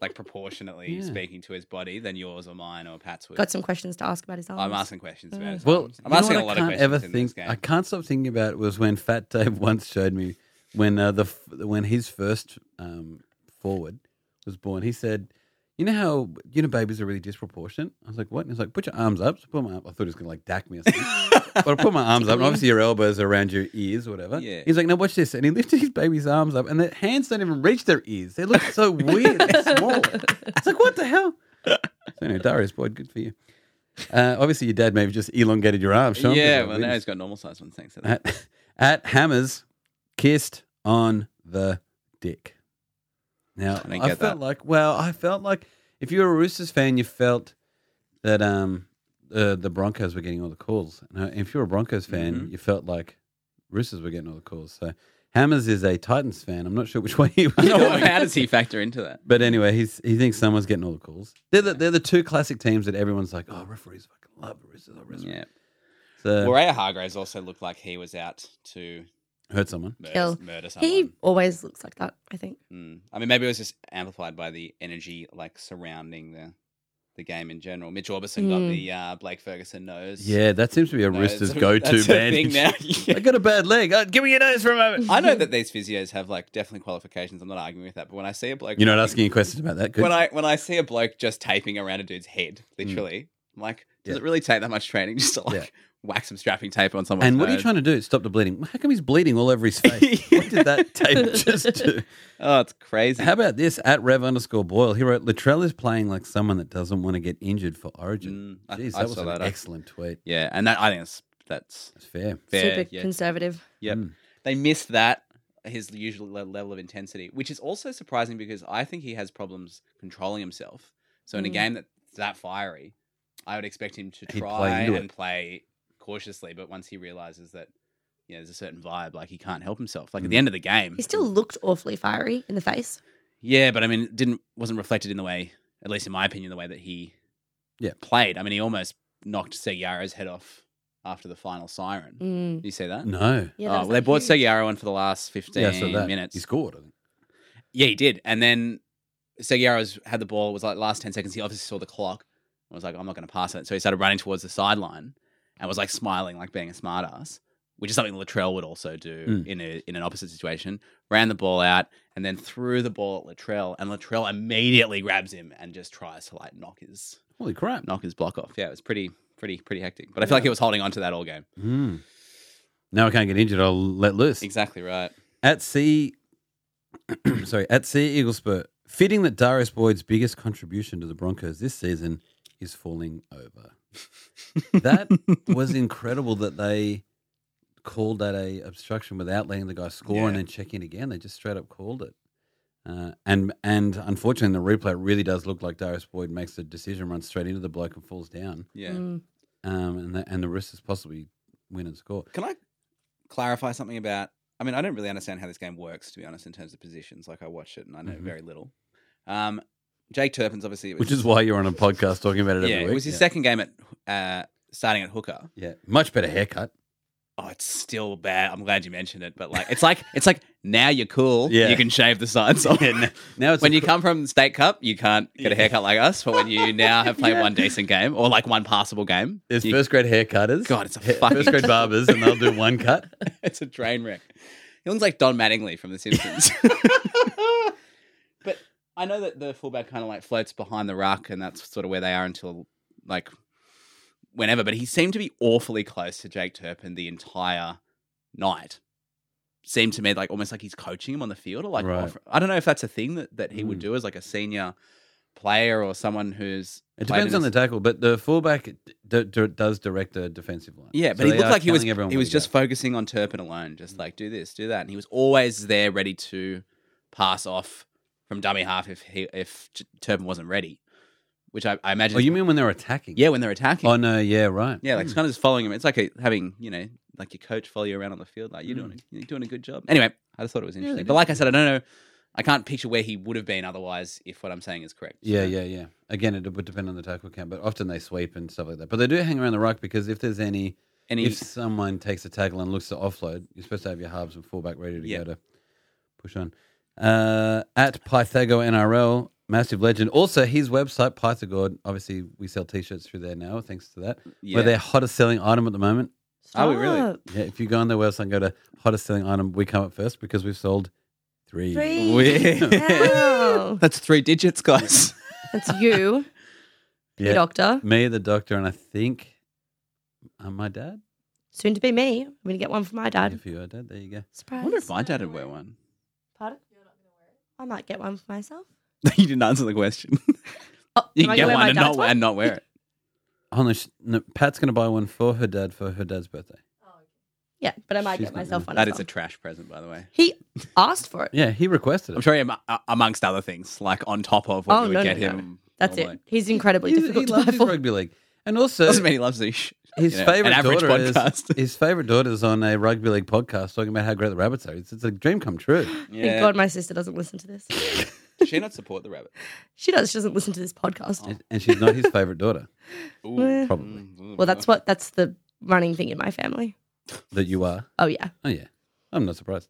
like proportionately Yeah. speaking to his body than yours or mine or Pat's would. Got some questions to ask about his arms. I'm asking questions about his Well, arms. I'm you know asking what a lot I of can't ever questions in think. this game. I can't stop thinking about was when Fat Dave once showed me when uh, the f- when his first um, forward was born. He said, "You know how you know babies are really disproportionate." I was like, "What?" And he's like, "Put your arms up." So I put my arm- I thought he was going to like dack me or something. but I put my arms up, and obviously your elbows are around your ears or whatever. Yeah. He's like, "Now watch this," and he lifted his baby's arms up, and their hands don't even reach their ears. They look so weird, and small. It's like, what the hell? So anyway, Darius Boyd, good for you. Uh, obviously, your dad maybe just elongated your arm, Sean. yeah, because well, we now just- he's got normal size ones. Thanks. to that. at, at Hammers kissed on the dick. Now I, I didn't felt get that. like well, I felt like if you were a Roosters fan, you felt that um the the Broncos were getting all the calls, and uh, if you were a Broncos fan, Mm-hmm. you felt like Roosters were getting all the calls. So Hammers is a Titans fan. I'm not sure which way he was. No, going. how does he factor into that? But anyway, he's he thinks someone's getting all the calls. They're the, they're the two classic teams that everyone's like, oh, referees fucking love the Roosters. love Roosters." Yeah. So Well, Ray Hargraves also looked like he was out to hurt someone. murder, Kill. murder someone. He always looks like that, I think. Mm. I mean, maybe it was just amplified by the energy like surrounding the the game in general. Mitch Orbison got Mm. the uh, Blake Ferguson nose. Yeah, that seems to be a nose. Roosters That's go-to a thing bandage. now. I got a bad leg. Uh, give me your nose for a moment. I know that these physios have like definitely qualifications. I'm not arguing with that, but when I see a bloke, You're not fucking- asking any questions about that. Good. Mm. when I when I see a bloke just taping around a dude's head, literally, I'm like, does Yeah. it really take that much training just to like Yeah. whack some strapping tape on someone? and what are you trying to do? Stop the bleeding. How come he's bleeding all over his face? what did that tape just do? Oh, it's crazy. How about this? At Rev underscore Boyle, he wrote, Latrell is playing like someone that doesn't want to get injured for Origin. Mm, I- Jeez, I that was saw an that. I- excellent tweet. yeah, and that I think that's that's That's fair. fair. Super yeah. conservative. Yep. Mm. They missed that, his usual le- level of intensity, which is also surprising because I think he has problems controlling himself. So in a Mm. game that's that fiery, I would expect him to He'd play try into and it. play cautiously. But once he realizes that, you know, there's a certain vibe, like he can't help himself. Like Mm. at the end of the game, He still looked awfully fiery in the face. yeah, but I mean, it didn't wasn't reflected in the way, at least in my opinion, the way that he Yeah. played. I mean, he almost knocked Seguiaro's head off after the final siren. Mm. Did you see that? No. Yeah, that oh, well, was they like brought huge. Seguiaro on for the last 15 Yeah, so that. minutes. He scored, I think. Yeah, he did. And then Seguiaro's had the ball, it was like last 10 seconds. He obviously saw the clock and was like, I'm not going to pass it. So he started running towards the sideline and was like smiling, like being a smartass, which is something Latrell would also do Mm. in, a, in an opposite situation. Ran the ball out and then threw the ball at Latrell. And Latrell immediately grabs him and just tries to like knock his Holy crap. knock his block off. Yeah, it was pretty, pretty, pretty hectic. But I feel like he was holding on to that all game. Mm. Now I can't get injured. I'll let loose. Exactly right. At sea, sorry, at sea Eagle Spur. Fitting that Darius Boyd's biggest contribution to the Broncos this season is falling over. That was incredible that they called that a obstruction without letting the guy score and Yeah. then checking again. They just straight up called it. Uh, and and unfortunately, in the replay it really does look like Darius Boyd makes the decision, runs straight into the bloke, and falls down. Yeah. Mm. Um, and the, and the Roosters possibly win and score. Can I clarify something about? I mean, I don't really understand how this game works, to be honest, in terms of positions. Like, I watch it and I know Mhm. very little. Um, Jake Turpin's obviously, it was Which is why you're on a podcast talking about it every yeah, week. it was his Yeah. second game at uh, starting at hooker. Yeah, much better haircut. Oh, it's still bad. I'm glad you mentioned it, but like, it's like it's like now you're cool. Yeah. you can shave the sides off. Now it's When a you cr- come from the state cup, you can't get a Yeah. haircut like us. But when you now have played one decent game or like one passable game, there's you- first grade haircutters. God, it's a He- fucking- first grade barbers, and they'll do one cut. it's a train wreck. He looks like Don Mattingly from The Simpsons. but I know that the fullback kind of like floats behind the ruck, and that's sort of where they are until like whenever. But he seemed to be awfully close to Jake Turpin the entire night. Seemed to me like almost like he's coaching him on the field, or like Right. off- I don't know if that's a thing that, that he would Mm. do as like a senior player or someone who's It played in depends on this- the tackle, but the fullback d- d- does direct the defensive line. Yeah, So but he they looked are like he was telling everyone he where was to just go. focusing on Turpin alone, just like do this, do that, and he was always there, ready to pass off from dummy half if he if J- Turpin wasn't ready, which I, I imagine. Oh, you mean when they're attacking? yeah, when they're attacking, Oh no, yeah, right. yeah, like Hmm. kind of just following him. It's like a, having you know like your coach follow you around on the field, like you're doing you're doing a good job. Anyway, I just thought it was interesting, Hmm. they but like I said, I don't know, I can't picture where he would have been otherwise if what I'm saying is correct. yeah, So- yeah, yeah. Again, it would depend on the tackle count, but often they sweep and stuff like that. But they do hang around the ruck because if there's any, and he, if someone takes a tackle and looks to offload, you're supposed to have your halves and fullback ready to Yeah. go to push on. Uh, at Pythago NRL, massive legend. Also, his website, Pythagore, obviously we sell t-shirts through there now, thanks to that. yeah. Where their hottest selling item at the moment. Are we really? Stop. Yeah, if you go on their website and go to hottest selling item, we come up first because we've sold three. Three. Weird. Wow. That's three digits, guys. That's you, the Yeah. doctor. Me, the doctor, and I think uh, my dad. Soon to be me. I'm going to get one for my Yeah, dad. for your dad, there you go. I Surprise. wonder if my dad would wear one. Pardon? I might get one for myself. you didn't answer the question. Oh, You am I can get gonna wear one my and dad's not, one? and not wear it. Honest, no, Pat's going to buy one for her dad for her dad's birthday. Yeah, but I might She's get not myself one. That as is a well. trash present, by the way. He asked for it. Yeah, he requested it. I'm sure, he, am- uh, amongst other things, like on top of what Oh, you would no, no, get no. him. That's normally. it. He's incredibly He's- difficult he to loves buy his for. rugby league, and also Doesn't mean he loves these. his you know, favorite an average daughter is- podcast. his favorite daughter's on a rugby league podcast talking about how great the rabbits are. It's, it's a dream come true. Thank God my sister doesn't listen to this. Does she not support the rabbit? She does. She doesn't listen to this podcast. and, and she's not his favorite daughter, Eh. probably. Well, that's what that's the running thing in my family. That you are. Oh yeah, Oh yeah, I'm not surprised.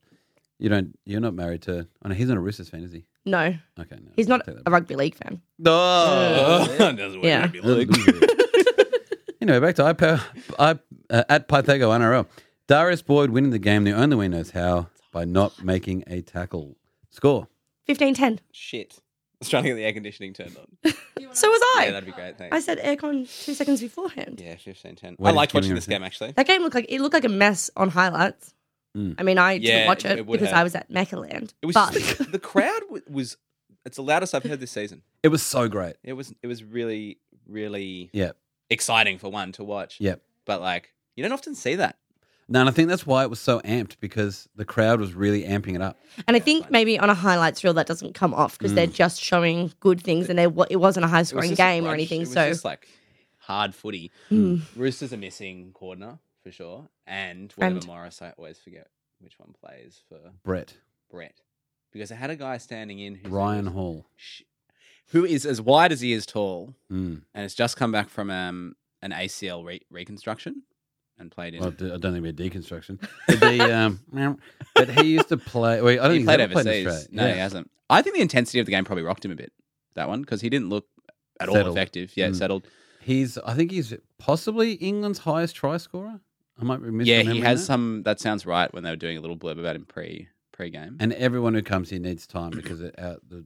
You don't. You're not married to. Oh no, he's not a Roosters fan, is he? no, Okay, no. he's I'll not take that a back. rugby league fan. doesn't Oh, Yeah. anyway, back to iPo, I, uh, at Pythago NRL. Darius Boyd winning the game the only way he knows how by not making a tackle. Score. Fifteen ten. Shit. I was trying to get the air conditioning turned on. So was I. Yeah, that'd be great. Thanks. I said aircon two seconds beforehand. yeah, 15 10. Way I to liked give watching you this everything. game, actually. That game looked like it looked like a mess on highlights. Mm. I mean, I Yeah, didn't watch it- it, it would because have. I was at Meccaland. It was but just- the, the crowd w- was. It's the loudest I've heard this season. It was so great. It was. It was really, really Yeah. exciting for one to watch. Yep. But like, you don't often see that. No, and I think that's why it was so amped because the crowd was really amping it up. and I think maybe on a highlights reel that doesn't come off because they're just showing good things and they wa- it wasn't a high Mm. It was scoring just a game or grudge. It anything. was So just like hard footy. Mm. Roosters are missing Cordner for sure, and whatever And- Morris. I always forget which one plays for Brett, Brett because I had a guy standing in who's Ryan Hall. sh- who is as wide as he is tall, Mm. and has just come back from um, an ACL re- reconstruction and played in. Well, I don't think it'd be a deconstruction. But, the, um, but he used to play. Wait, I don't he think played he's ever overseas. played in Australia. no, he hasn't. I think the intensity of the game probably rocked him a bit that one because he didn't look at all Settled. effective. Yeah, Mm. settled. He's, I think he's possibly England's highest try scorer. I might be misremembering Yeah, he has that. some. That sounds right. When they were doing a little blurb about him pre pre game. And everyone who comes here needs time because it, out the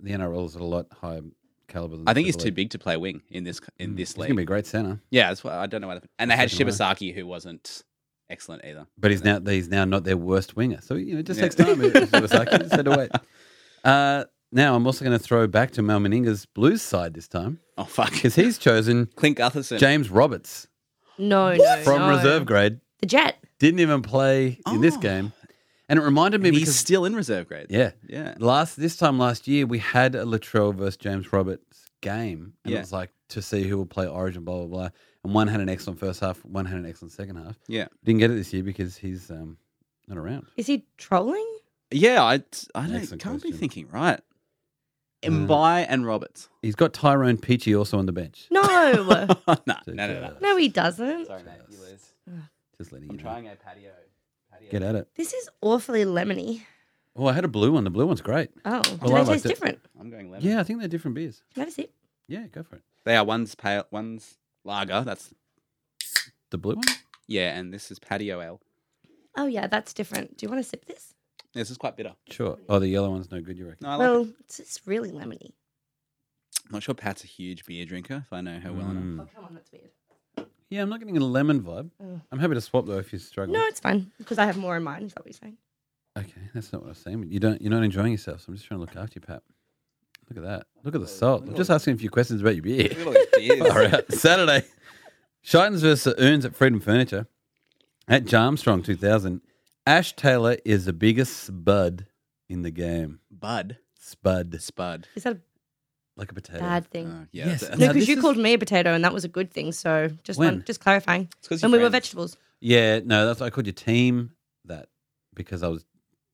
the NRL is at a lot higher caliber. Than I think he's Triple too E. Mm. big to play wing in this in this He's gonna be a league. great center, Yeah, that's why I don't know why. They, and they had Second row. Shibasaki, who wasn't excellent either. but he's now he's now not their worst winger. So you know, just Yeah. next time, it was like, just had to wait. Uh, now I'm also going to throw back to Mal Meninga's Blues side this time Oh fuck! because he's chosen Clint Gutherson. James Roberts no, no, from no. reserve grade. the Jet. Didn't even play in this Oh. game, and it reminded me And he's because still in reserve grade. yeah, yeah. last this time last year we had a Latrell versus James Roberts game, and Yeah. it was like to see who will play Origin, blah blah blah. And one had an excellent first half, one had an excellent second half. Yeah. Didn't get it this year because he's um, not around. Is he trolling? Yeah, I, I don't, Excellent can't be question. Uh, thinking right. Mbai and Roberts. He's got Tyrone Peachy also on the bench. No, no, no, So no, no, no. just- no, he doesn't. Sorry, mate. You lose. Just letting I'm you know. trying a patio. patio. get at it. This is awfully lemony. Oh, I had a blue one. The blue one's great. Oh, Well, do I they liked taste it. different? I'm going lemon. Yeah, I think they're different beers. Can I have a sip? Yeah, go for it. They are one's pale, one's lager. That's The blue one. yeah, and this is patio ale. Oh yeah, that's different. Do you want to sip this? This is quite bitter. Sure. Oh, the yellow one's no good. You reckon? No, I like well, it. it's, it's really lemony. I'm not sure Pat's a huge beer drinker. If I know her well enough. Mm. Oh come on, that's weird. Yeah, I'm not getting a lemon vibe. Oh. I'm happy to swap though if you struggle. No, it's fine because I have more in mind. Is that what you're saying? Okay, that's not what I was saying. But you don't. You're not enjoying yourself. So I'm just trying to look after you, Pat. Look at that. Look at the salt. I'm just asking a few questions about your beer. Look at all these beers. All right. Saturday, Shitons versus Urns at Freedom Furniture at Jarmstrong 2000. Ash Taylor is the biggest spud in the game. Bud. Spud, Spud. Is that a like a potato. bad thing? Oh, yeah, Yes. that's- and no, now because this you is- called me a potato, and that was a good thing. So just When? want- just clarifying. It's 'cause When you're we were friends. vegetables. Yeah. No, that's I called your team that because I was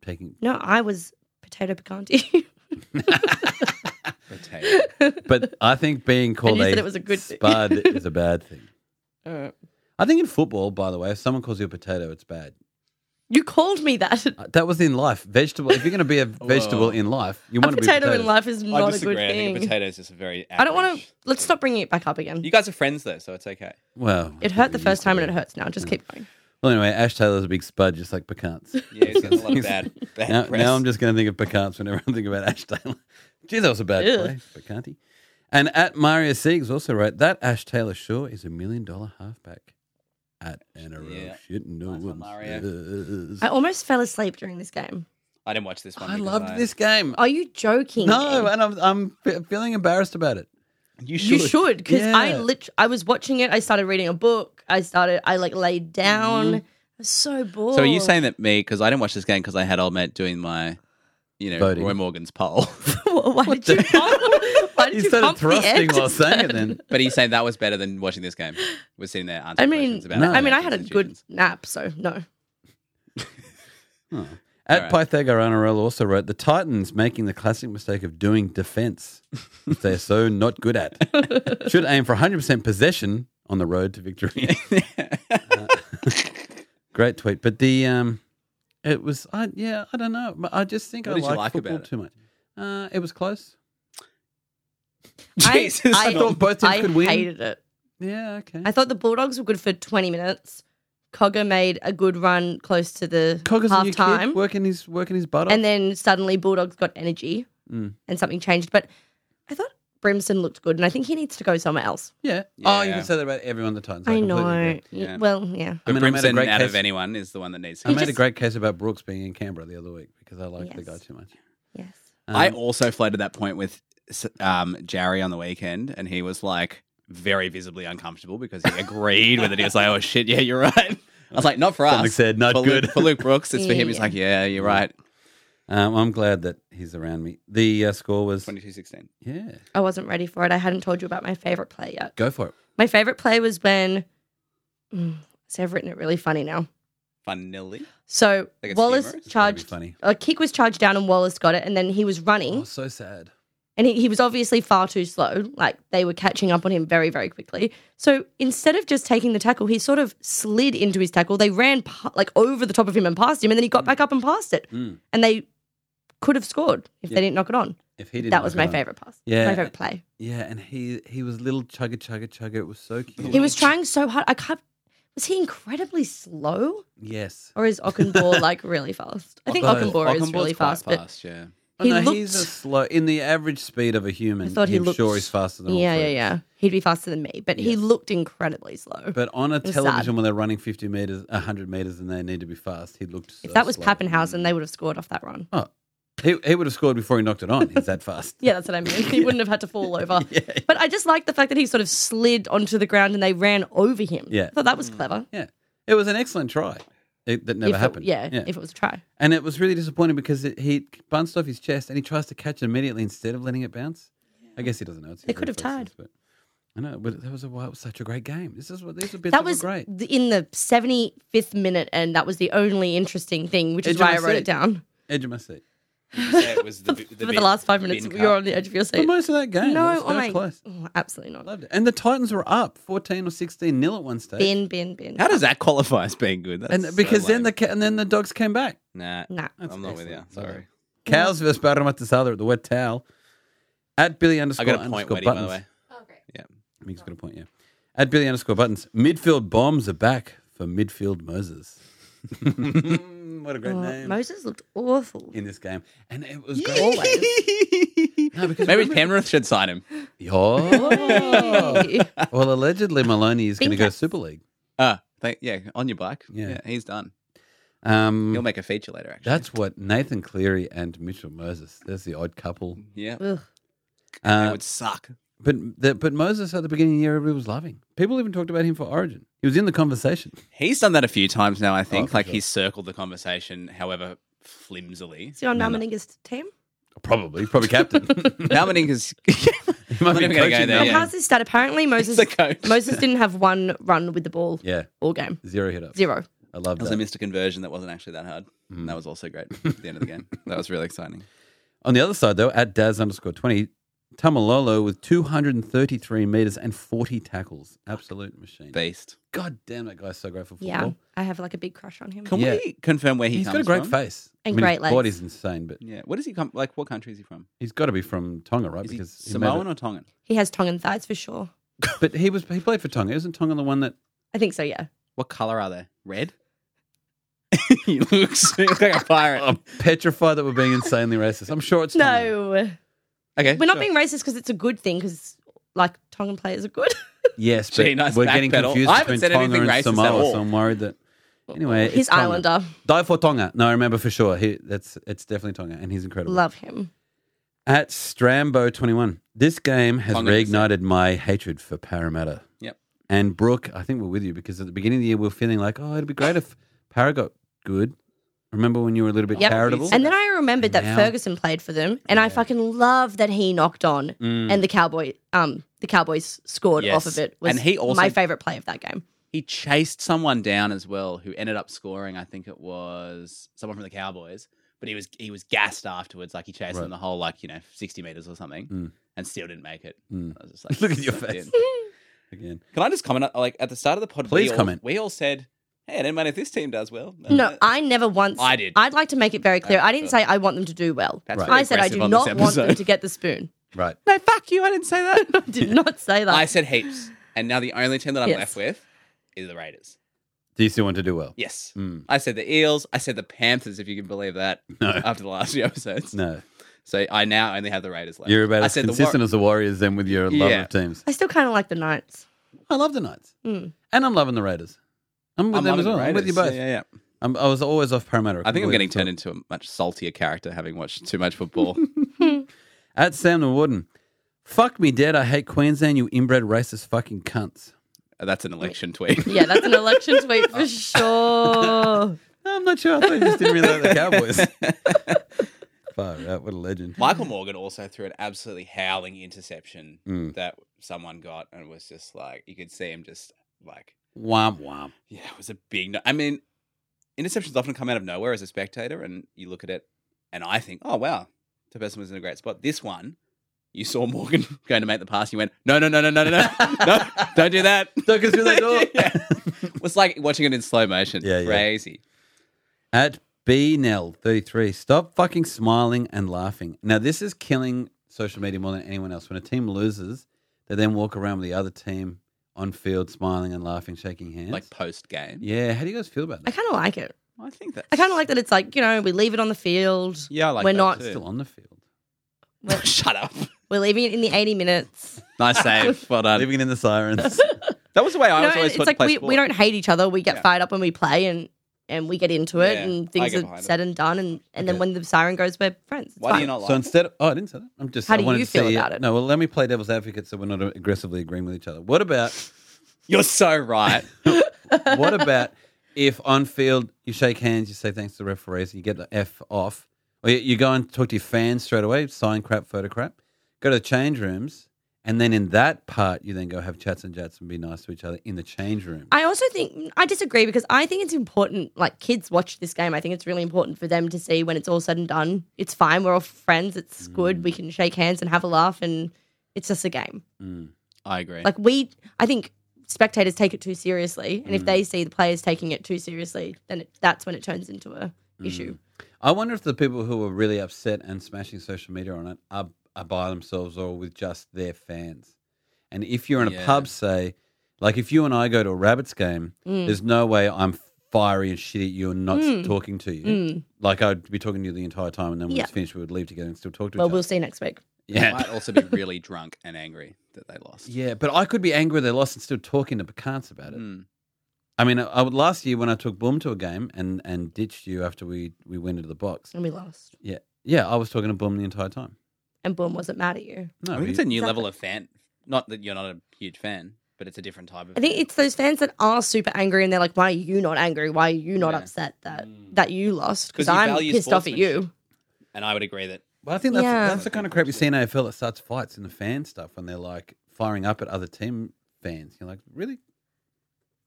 taking. No, I was potato picante. Potato. But I think being called you a, said it was a good thing. spud is a bad thing. Uh, I think in football, by the way, if someone calls you a potato, it's bad. you called me that. Uh, That was in life. Vegetable. If you're going to be a vegetable in life, you A want to be potato in potatoes. life is I not a disagree. good I think a thing. potato is just a very. I don't want to. average- Let's stop bringing it back up again. You guys are friends though, so it's okay. Well, It hurt the first time, and it hurts now. Just keep going. Well, anyway, Ash Taylor's a big spud, just like pecans. Yeah, it's got a lot of bad, bad now, press. now I'm just going to think of pecans whenever I think about Ash Taylor. Gee, that was a bad Ew. play, pecanty. And at Mario Siegs also wrote that Ash Taylor sure is a million dollar halfback. At NRL, Yeah. shit, no Nice one, one says. I almost fell asleep during this game. I didn't watch this one. I because loved this game. Are you joking? No, and I'm I'm fe- feeling embarrassed about it. You should. You should, because I Yeah. lit- I was watching it. I started reading a book. I started. I like laid down. I was so bored. Mm-hmm. So Oh. are you saying that me, because I didn't watch this game because I had old mate doing my, you know, Voting. Roy Morgan's poll. why did you? Pump, why did You you, started pump the thrusting while Anderson? saying it then. but he's saying that was better than watching this game. We're sitting there I answering mean, questions about I mean, I financial had a good institutions. nap, so no. At All right. Pythagorean also wrote, the Titans making the classic mistake of doing defense, which they're so not good at. Should aim for 100% possession on the road to victory. Uh, great tweet. But the, um, it was, I, yeah, I don't know. But I just think What I did you like, like football about it? too much. Uh, it was close. I- Jesus, I thought both teams I could win. hated it. Yeah, okay. I thought the Bulldogs were good for 20 minutes. Cogger made a good run close to the Cogger's a new half kid, time. working his, working his butt off. And then suddenly Bulldogs got energy Mm. and something changed. But I thought Brimson looked good and I think he needs to go somewhere else. yeah. Oh, you Yeah. can say that about everyone the Titans. I completely agree. know. Yeah. Well, yeah. I But mean, I made a Brimson, great out of case- anyone, is the one that needs to. I He made a just- great case about Brooks being in Canberra the other week because I liked the guy Yes. too much. Yes. I Um, also floated that point with s- um, Jerry on the weekend, and he was like very visibly uncomfortable because he agreed with it. He was like, "Oh shit, yeah, you're right." I was like, "Not for Something us." said, not for good. Luke, for Luke Brooks. It's for Yeah, him. He's yeah. like, "Yeah, you're right." um, I'm glad that he's around me. The uh, score was Twenty-two sixteen. yeah. I wasn't ready for it. I hadn't told you about my favorite play yet. Go for it. My favorite play was when. Mm, see, I've written it really funny now. Funnily, So Like it's Wallace humorous? It's gotta be charged. funny. A kick was charged down and Wallace got it, and then he was running, Oh, so sad. and he, he was obviously far too slow. Like they were catching up on him very, very quickly. So instead of just taking the tackle, he sort of slid into his tackle. They ran pa- like over the top of him and past him, and then he got back up and passed it, Mm. and they could have scored if Yeah. they didn't knock it on. If he didn't, That was knock my it on. favorite pass. Yeah. my favorite play. Yeah, and he he was little chugger chugger chugger. It was so cute. He was trying so hard. I can't. Was he incredibly slow? yes. Or is Ockenbore like really fast? I think Both. Ockenbore is really Ockenbore's quite fast, but fast, yeah. Oh, he no, looked. he's a slow in the average speed of a human. I thought he I'm looked. sure he's faster than all Yeah, yeah, three. yeah. He'd be faster than me, but he Yes. looked incredibly slow. But on a was television sad. when they're running fifty meters, hundred meters, and they need to be fast, he looked. if so that was slow. Pappenhausen, they would have scored off that run. Oh, he, he would have scored before he knocked it on. He's that fast. Yeah, that's what I mean. He wouldn't have had to fall over. But I just like the fact that he sort of slid onto the ground and they ran over him. Yeah. I thought that was clever. Yeah, it was an excellent try. It, that never if it- happened. yeah, if it was a try. and it was really disappointing because it, he bounced off his chest and he tries to catch it immediately instead of letting it bounce. I guess he doesn't know. It's his They could have reflexes, But I know, but that was a, why it was such a great game. This is what these are bits that, That was were great. the- in the 75th minute, and that was the only interesting thing, which Edge is of why my I wrote seat. it down. Edge of my seat. Did you say it was the, the, For the bin- last five minutes, bin you were cup? on the edge of your For seat. most of that game, No, it was oh so my, close. oh, absolutely not. Loved it. And the Titans were up fourteen or sixteen nil at one stage. Bin, bin, bin. How does that qualify as being good? That's and so because then the lame. ca- and then the dogs came back. nah, Nah. That's I'm not with you. excellent. Love Sorry, it. Cows versus Parramatasada at the wet towel. At Billy I underscore got a point underscore waiting by the buttons. way. Oh, great. Mick's got a point, yeah. At Billy underscore buttons, midfield bombs are back for midfield Moses. what a great Oh, name Moses looked awful. in this game, and it was great. No, because Maybe remember- Penrith should sign him. Oh. Hey. well, allegedly Maloney is going to Bing go to cats. Super League. Uh, they, yeah, on your bike. Yeah. Yeah. he's done. He'll Um, make a feature later, actually. that's what Nathan Cleary and Mitchell Moses. There's the odd couple. yeah. Ugh. That Uh, would suck. but the, but Moses at the beginning of the year, everybody was loving. People even talked about him for Origin. He was in the conversation. He's done that a few times now, I Oh, think. for like sure. he's circled the conversation, however flimsily. Is he on Malmeninga's team? Probably, he's probably captain. Malmanning is He might Not be even gonna go coaching there, now. Um, yeah. How's this stat? Apparently, Moses the coach. Moses didn't have one run with the ball yeah, all game. zero hit up. Zero. I love that. also missed a conversion that wasn't actually that hard. That was also great at the end of the game. That was really exciting. On the other side, though, at Daz underscore 20, Tamalolo with 233 meters and 40 tackles. Absolute machine. Beast. God damn, that guy's so great for football. Yeah, I have like a big crush on him. Can Yeah. we confirm where he He's comes got a great from? face. And his great legs. body's insane, but Yeah. What does he come like what country is he from? he's got to be from Tonga, right? Is Oh, he because he made Samoan it- or Tongan? He has tongue and thighs for sure. But he was he played for Tonga. Isn't Tonga the one that I think so. Yeah. What colour are they? Red? he looks he looks like a pirate. petrified that we're being insanely racist? I'm sure it's Tonga. No, we're Okay. not sure. being racist because it's a good thing. Because like Tongan players are good. Yes, but Gee, nice we're getting backpedal. confused I between haven't said Tonga anything and racist at Samoa, all. so I'm worried that. Anyway, it's He's Tonga. Islander. Die for Tonga. No, I remember for sure. He, that's it's definitely Tonga, and he's incredible. Love him. At Strambo21, this game has 100%. reignited my hatred for Parramatta. Yep. And Brooke, I think we're with you because at the beginning of the year, we were feeling like, oh, it'd be great if Parra got good. Remember when you were a little bit Yep. charitable? And then I remembered that Now- Ferguson played for them, and I fucking love that he knocked on, Mm, and the Cowboy, um, the Cowboys scored Mm. Yes. off of it. Was And he also- my favorite play of that game. He chased someone down as well, who ended up scoring. I think it was someone from the Cowboys, but he was he was gassed afterwards. Like he chased Right. them the whole like you know sixty meters or something, Mm. and still didn't make it. Mm. I was just like, Look at your sucked face. in. Again. Can I just comment? uh, Like at the start of the pod, Please we all, comment. We all said, "Hey, it doesn't matter if this team does well." No, I never once. Uh, I did. I'd like to make it very clear. I didn't sure. say I want them to do well. That's Right. pretty I said I aggressive do on this not want them episode. to get the spoon. Right. No, fuck you! I didn't say that. Did not say that. I said heaps, and now the only team that I'm Yes. left with is the Raiders. Do you still want to do well? Yes, Mm. I said the Eels. I said the Panthers, if you can believe that. No. After the last few episodes, No. so I now only have the Raiders left. You're about I as said the War- consistent as the Warriors then with your love Yeah. of teams. I still kind of like the Knights. I love the Knights. Mm. And I'm loving the Raiders. I'm with I'm them loving as the well. I'm with you Raiders. both. Yeah, yeah, yeah. I'm, I was always off Parramatta. I think couldn't I'm getting believe turned it. into a much saltier character having watched too much football. At Sam the Warden. Fuck me dead. I hate Queensland, you inbred racist fucking cunts. That's an election tweet. Yeah, that's an election tweet for sure. I'm not sure. I thought you just didn't really like the Cowboys. Far out. What a legend. Michael Morgan also threw an absolutely howling interception Mm. that someone got, and it was just like you could see him just like Womp womp. yeah, it was a big. No- I mean, interceptions often come out of nowhere as a spectator, and you look at it, and I think, oh wow, the person was in a great spot. This one, you saw Morgan going to make the pass, you went, no, no, no, no, no, no, no, no, don't do that. Don't go through that door. "Oh." Yeah. It was like watching it in slow motion. Yeah, yeah. crazy. At B Nell 33. Stop fucking smiling and laughing. Now, this is killing social media more than anyone else. When a team loses, they then walk around with the other team on field smiling and laughing, shaking hands. Like post game, yeah. How do you guys feel about I that? kind of like it. I think that I kind of like that. It's like you know we leave it on the field. Yeah, I like We're that not- too. Still on the field. Shut up. We're leaving it in the eighty minutes. Nice save. Well done. Living in the sirens. That was the way I No, was always it's taught like to play we, sport. we don't hate each other. We get Yeah. fired up when we play and and we get into it Yeah, and I things get are behind it. said and done and, and then Okay. when the siren goes, we're friends. It's Why do fine. you not like? So instead, of, oh, I didn't say that. I'm just. How I do wanted you to feel see- about it? No, well, let me play devil's advocate so we're not aggressively agreeing with each other. What about You're so right. what about if on field you shake hands, you say thanks to the referees, you get the F off, or you, you go and talk to your fans straight away, sign crap, photo crap, go to the change rooms, and then in that part you then go have chats and jats and be nice to each other in the change room. I also think I disagree because I think it's important. Like kids watch this game. I think it's really important for them to see when it's all said and done. It's fine. We're all friends. It's good. We can shake hands and have a laugh, and it's just a game. I agree. Like we, I think spectators take it too seriously, and Mm. if they see the players taking it too seriously, then it, that's when it turns into a Mm. issue. I wonder if the people who are really upset and smashing social media on it are, are by themselves or with just their fans. And if you're in a Yeah. pub, say, like if you and I go to a Rabbits game, Mm. there's no way I'm fiery and shitty at you and not talking to you. Like I'd be talking to you the entire time, and then when Mm. Yeah. it's finished, we would leave together and still talk to Well, each we'll other. see next week. They Yeah, might also be really drunk and angry that they lost. yeah. But I could be angry they lost and still talking to Pecans about it. Mm. I mean, I, I would last year when I took Bloom to a game and and ditched you after we we went into the box. And we lost. Yeah, yeah. I was talking to Bloom the entire time. And Boom wasn't mad at you. No, but I think it's he- a new level of fan. Not that you're not a huge fan, but it's a different type of. I think it's those fans that are super angry and they're like, "Why are you not angry? Why are you not Yeah. Mm. upset that that you lost? Because 'Cause you I'm value pissed off at you." sportsmanship. and I would agree that Well, I think that's, Yeah. that's the kind of crap you see in AFL that starts fights in the fan stuff when they're like firing up at other team fans. You're like, really?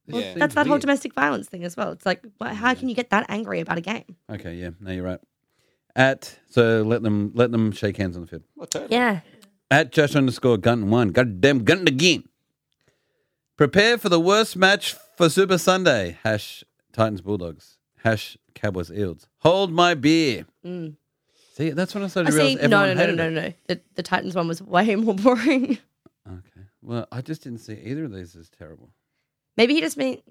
This Well, seems That's that whole weird. domestic violence thing as well. It's like, why, how can you get that angry about a game? Okay, yeah, no, you're right. At so let them let them shake hands on the field. Yeah. At Josh underscore Gunton one, goddamn Gunton again. Prepare for the worst match for Super Sunday. Hash Titans Bulldogs. Hash Cowboys Eels. Hold my beer. See, that's when I started Mm. to realize I see. No, everyone no, no, hated no, it. no. The, the Titans one was way more boring. Okay. Well, I just didn't see either of these as terrible. Maybe he just mean.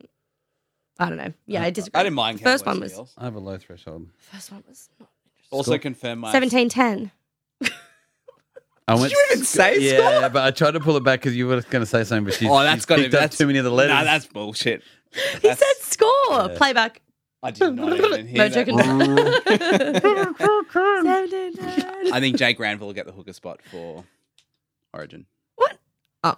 I don't know. Yeah, I disagree. I didn't mind. The first Cowboys one was Eels. I have a low threshold. first one was not also confirm my seventeen ten. I went, you even say Yeah, but I tried to pull it back because you were going to say something, but she's, Oh, that's got got picked up too many of the letters. No, that's bullshit. He said score playback. I did not even hear No that. joking. Seventeen ten. I think Jake Granville will get the hooker spot for Origin What? for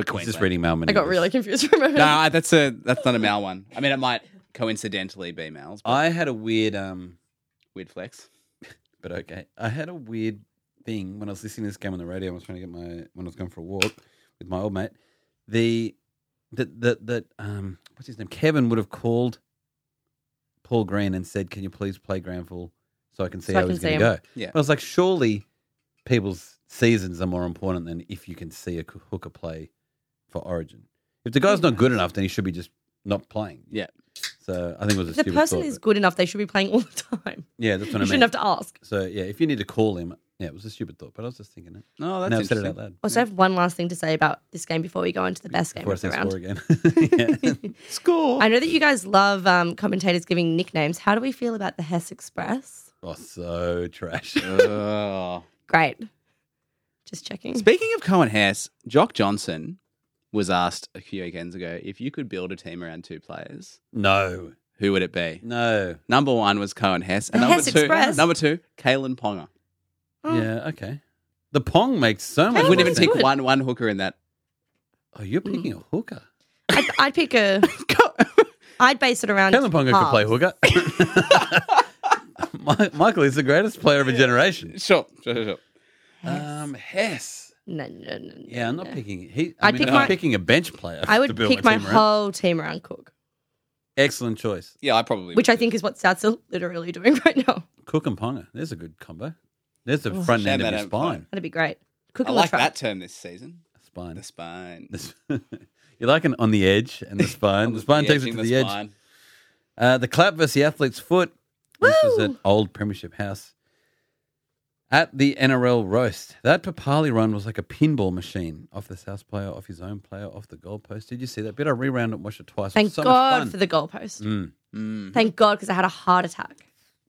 He's Queensland. just reading Mail I got really confused for a moment. No, I- that's a that's not a Mal one. I mean, it might coincidentally be Mal's. But I had a weird um, weird flex. but okay. I had a weird thing when I was listening to this game on the radio. I was trying to get my when I was going for a walk with my old mate. The that that that um what's his name? Kevin would have called Paul Green and said, "Can you please play Granville so I can see So I how he's going can see to go?" Yeah. But I was like, surely people's seasons are more important than if you can see a c- hooker play for Origin. If the guy's not good enough, then he should be just not playing. Yeah. So I think it was a If the stupid person thought, is but- good enough, they should be playing all the time. yeah, that's what I You mean. shouldn't have to ask. So yeah, if you need to call him, yeah, it was a stupid thought, but I was just thinking it. and No, that's now I've said it interesting. out loud. Also, I have one last thing to say about this game before we go on to the best game Before I of the say round. score again. Yeah. Score. I know that you guys love um, commentators giving nicknames. How do we feel about the Hess Express? Oh, so trash. Ugh. Great. Just checking. Speaking of Cohen Hess, Jock Johnson was asked a few weekends ago if you could build a team around two players, No, who would it be? no. Number one was Cohen Hess, and The number Hess two, Express. number two, Kalen Ponga. Oh. Yeah, okay. The pong makes so I much. I wouldn't even think- sense. pick good. one one hooker in that. Oh, you're Mm. picking a hooker. I'd, I'd pick a. I'd base it around. Kalen Ponga could play halves. hooker. Mi- Michael is the greatest player of a generation. Sure, sure, sure. sure. Um, Hess. No, no, no, no. Yeah, I'm not no. picking. He, I I'd mean, pick I'm my- picking a bench player. I to would build pick my team around. whole team around Cook, Excellent choice. Yeah, I probably. which would I too. think is what Souths are literally doing right now. Cook and Ponga. There's a good combo. There's Oh. the front shame end of that your don't play. spine. That'd be great. Cook I and like Latrobe. that term this season. Spine. The spine. The sp- You're like an on the edge and the spine. the spine takes it Edging to the, edge. spine. Uh, the clap versus the athlete's foot. This was at Woo! old Premiership House. At the NRL roast, that Papali run was like a pinball machine off the South player, off his own player, off the goalpost. Did you see that bit? I rewound it and watched it twice. it Thank was so much God fun. for the goalpost. Mm. Mm. Thank God because I had a heart attack.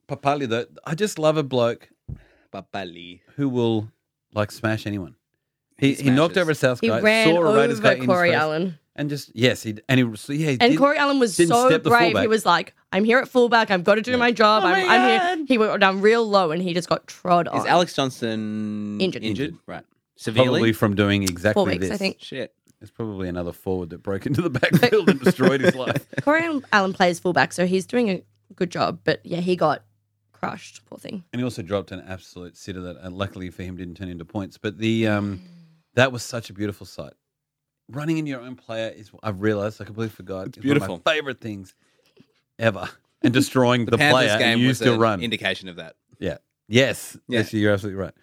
Papali, though, I just love a bloke Papali. who will like smash anyone. He, He he knocked smashes. over a South He guy, ran saw a Raiders guy over in his Corey face, Allen. and just yes, he and he so, yeah, he And did- Corey Allen was didn't so step the brave. He fullback. was like, I'm here at fullback. I've got to do Oh my job. I'm, I'm here. He went down real low and he just got trod on. Is Alex Johnson Injured. Injured, right? Severely. probably from doing exactly Four weeks, this. I think. Shit. It's probably another forward that broke into the backfield and destroyed his life. Corey Allen- Allen plays fullback, so he's doing a good job. But yeah, he got crushed. Poor thing. And he also dropped an absolute sitter that, uh, luckily for him, didn't turn into points. But the um, that was such a beautiful sight. Running in your own player is I've realized I completely forgot. It's One of beautiful. my favorite things ever. And destroying the, Panthers player and you was still an run. indication of that. Yeah. Yes. Yeah. Yes, you're absolutely right.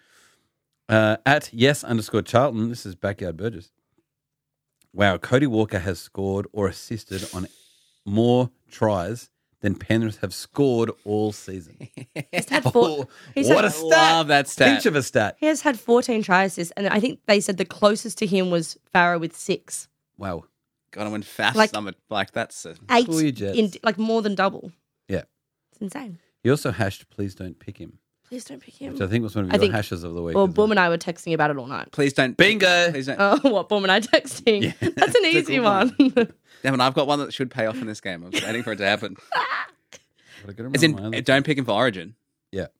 Uh, at yes underscore Charlton, this is Backyard Burgess. Wow, Cody Walker has scored or assisted on more tries than Penrith have scored all season. He's had four. he's Oh, what had- a stat! Love that stat. Think of a stat. He has had 14 try assists, and I think they said the closest to him was Farrow with six. Wow. God, I went fast. Like- Like, like that's a, Eight. Cool, you Jets. In, like more than double. Yeah. It's insane. He also hashed please don't pick him, Please don't pick which him. I think was one of I your think- hashes of the week. Well, isn't Boom it? and I were texting about it all night. please don't Bingo. Please don't. Oh, what Boom and I texting? Yeah. That's an It's a easy good one. one. Damn it, I've got one that should pay off in this game. I'm just waiting for it to happen. But I gotta It's remember in my other- don't pick him for Origin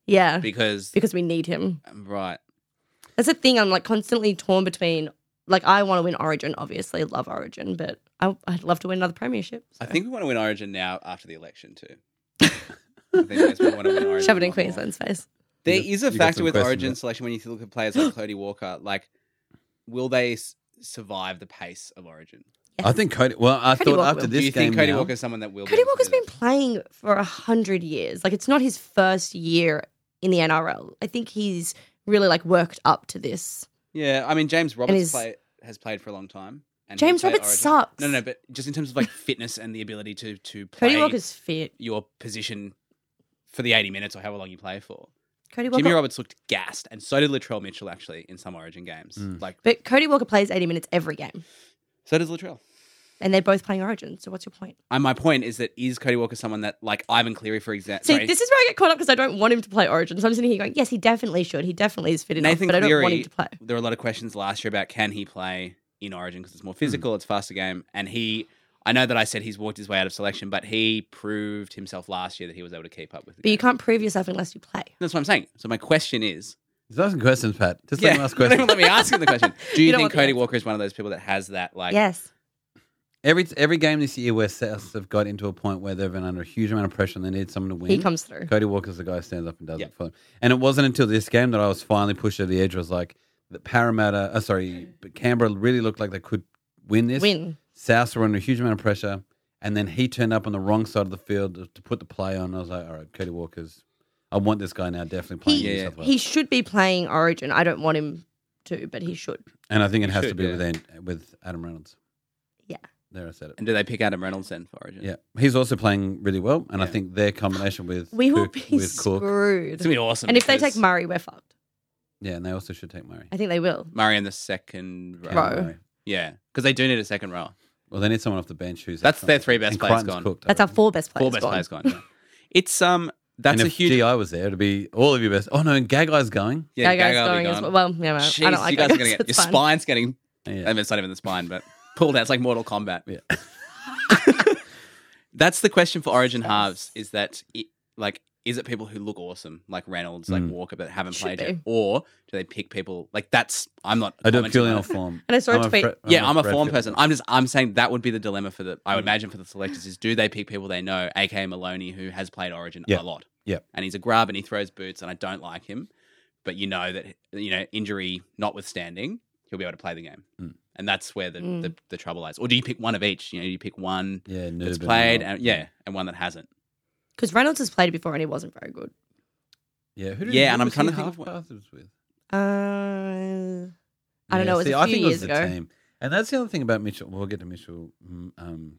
yeah, because because we need him. right. That's the thing. I'm like constantly torn between. Like, I want to win Origin. Obviously, love Origin, but I, I'd love to win another Premiership. I think we want to win Origin now after the election too. I think that's what we want to win Origin Shove it a in lot more. Queensland's face. There You got- is you a got factor some with questions Origin there. selection when you look at players like Cody Walker. Like, will they s- survive the pace of Origin? I think Cody. Well, I Cody thought Walker after will. this Do you game, think Cody now- Walker is someone that will? be Cody able to Walker's do been playing for a hundred years. Like, it's not his first year in the NRL. I think he's really like worked up to this. that? Yeah, I mean James Roberts his- play, has played for a long time. And James he played Roberts sucks. No, no, but just in terms of like fitness and the ability to to play Cody Walker's fit. your position for the 80 minutes or however long you play for. Cody Walker. Jimmy Roberts looked gassed, and so did Latrell Mitchell actually in some Origin games. Mm. Like but Cody Walker plays 80 minutes every game, so does Latrell. and they're both playing Origin. So, what's your point? And my point is that is Cody Walker someone that like Ivan Cleary for example? See, this is where I get caught up because I don't want him to play Origin. So I'm sitting here going, yes, he definitely should. He definitely is fit enough, Nathan but I don't Cleary. want him to play. There Hmm. were a lot of questions last year about can he play in Origin because it's more physical, it's faster game, and he. I know that I said he's walked his way out of selection, but he proved himself last year that he was able to keep up with. The But you game. can't prove yourself unless you play. That's what I'm saying. So my question is, He's asking questions, Pat. Just let him ask Don't even questions. let me ask him the question. Do you, You don't think want the Cody answer. Walker is one of those people that has that like? yes. every every game this year where Souths have got into a point where they've been under a huge amount of pressure and they need someone to win. He comes through. Cody Walker's the guy who stands up and does Yeah. it for them. And it wasn't until this game that I was finally pushed over the edge. I was like, the Parramatta, uh, sorry, but Canberra really looked like they could win this. Win. South were under a huge amount of pressure. And then he turned up on the wrong side of the field to- to put the play on. I was like, all right, Cody Walker's, I want this guy now definitely playing He, in New Yeah, South Wales. he should be playing Origin. I don't want him to, but he should. and I think it He has to should, be yeah. with, An- with Adam Reynolds. Yeah. There, I said it. And do they pick Adam Reynolds then for Origin? Yeah. He's also playing really well. And I Yeah. think their combination with, We will Cook, be with Cook. screwed. It's gonna be awesome. And if they because take Murray, we're fucked. Yeah. And they also should take Murray. I think they will. Murray in the second row, Row. yeah, because they do need a second row. Well, they need someone off the bench who's That's excellent. their three best And players Crichton's gone. cooked, I That's our reckon. four best players. Four best gone. players gone. yeah. It's um, and that's a if huge. GI was there, it'd be all of your best. Oh no, and Gagai's going. yeah, Gagai's Gagai will be going as gone. well. Well, yeah, well, I Jeez, don't like you guys are Gagai, gonna so get your it's fine. spine's getting. I Yeah. mean, it's not even the spine, but pulled out. It's like Mortal Kombat. Yeah. That's the question for Origin halves: is that it, like, is it people who look awesome, like Reynolds, like Mm. Walker, but haven't Should played yet, be. or do they pick people like that's? I'm not. I do it commenting purely on on it. form. And I saw a I'm tweet- Fre- Yeah, I'm a Fred form Field. person. I'm just I'm saying that would be the dilemma for the I Mm. would imagine for the selectors is do they pick people they know, aka Maloney, who has played Origin Yeah. a lot. Yeah. And he's a grub and he throws boots and I don't like him. But you know that you know, injury notwithstanding, he'll be able to play the game. Mm. And that's where the, Mm. the, the trouble lies. Or do you pick one of each? You know, you pick one Yeah, Nurban that's and played all. and yeah, and one that hasn't. Because Reynolds has played before and he wasn't very good. yeah. Who did, Yeah, who and I'm was trying he to think of half what- path was with. Uh, I Yeah, don't know. It was see, a few I think it years was the ago. team. And that's the other thing about Mitchell. We'll get to Mitchell mm, um,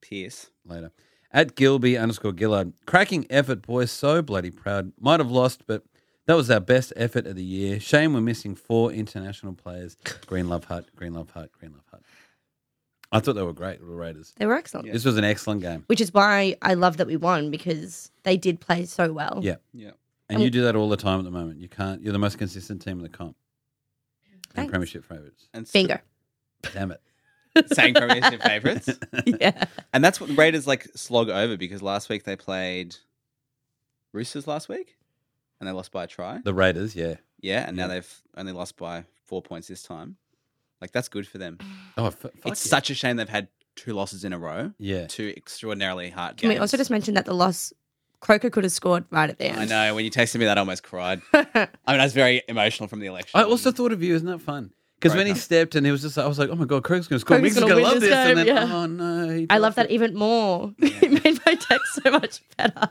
Pierce. later. At Gilby underscore Gillard, cracking effort, boys. So bloody proud. Might have lost, but that was our best effort of the year. Shame we're missing four international players. Green Love Hut, Green Love Hut, Green Love Hut. I thought they were great, the Raiders. They were excellent. Yeah. This was an excellent game. Which is why I love that we won because they did play so well. Oh, Yeah. Yeah. And you do that all the time at the moment. You can't. You're the most consistent team in the comp. And Thanks. premiership favourites. And s- Bingo. Damn it. saying premiership favourites. yeah. And that's what the Raiders like slog over because last week they played Roosters last week and they lost by a try. The Raiders, yeah. Yeah, and now Yeah. they've only lost by four points this time. Like that's good for them. Oh, f- fuck it's yeah. such a shame they've had two losses in a row. Yeah. Two extraordinarily hard Can games. we also just mention that the loss, Croker could have scored right at the I end. know when you texted me that, I almost cried. know. I mean, I was very emotional from the election. I also thought of you. Isn't that fun? Because when he Broker. stepped and he was just, like- I was like, oh my god, Craig's going to score. Craig's Mick's going gonna to win love this. this and then, game, yeah. oh no, he I love dropped that even more. it made my text so much better.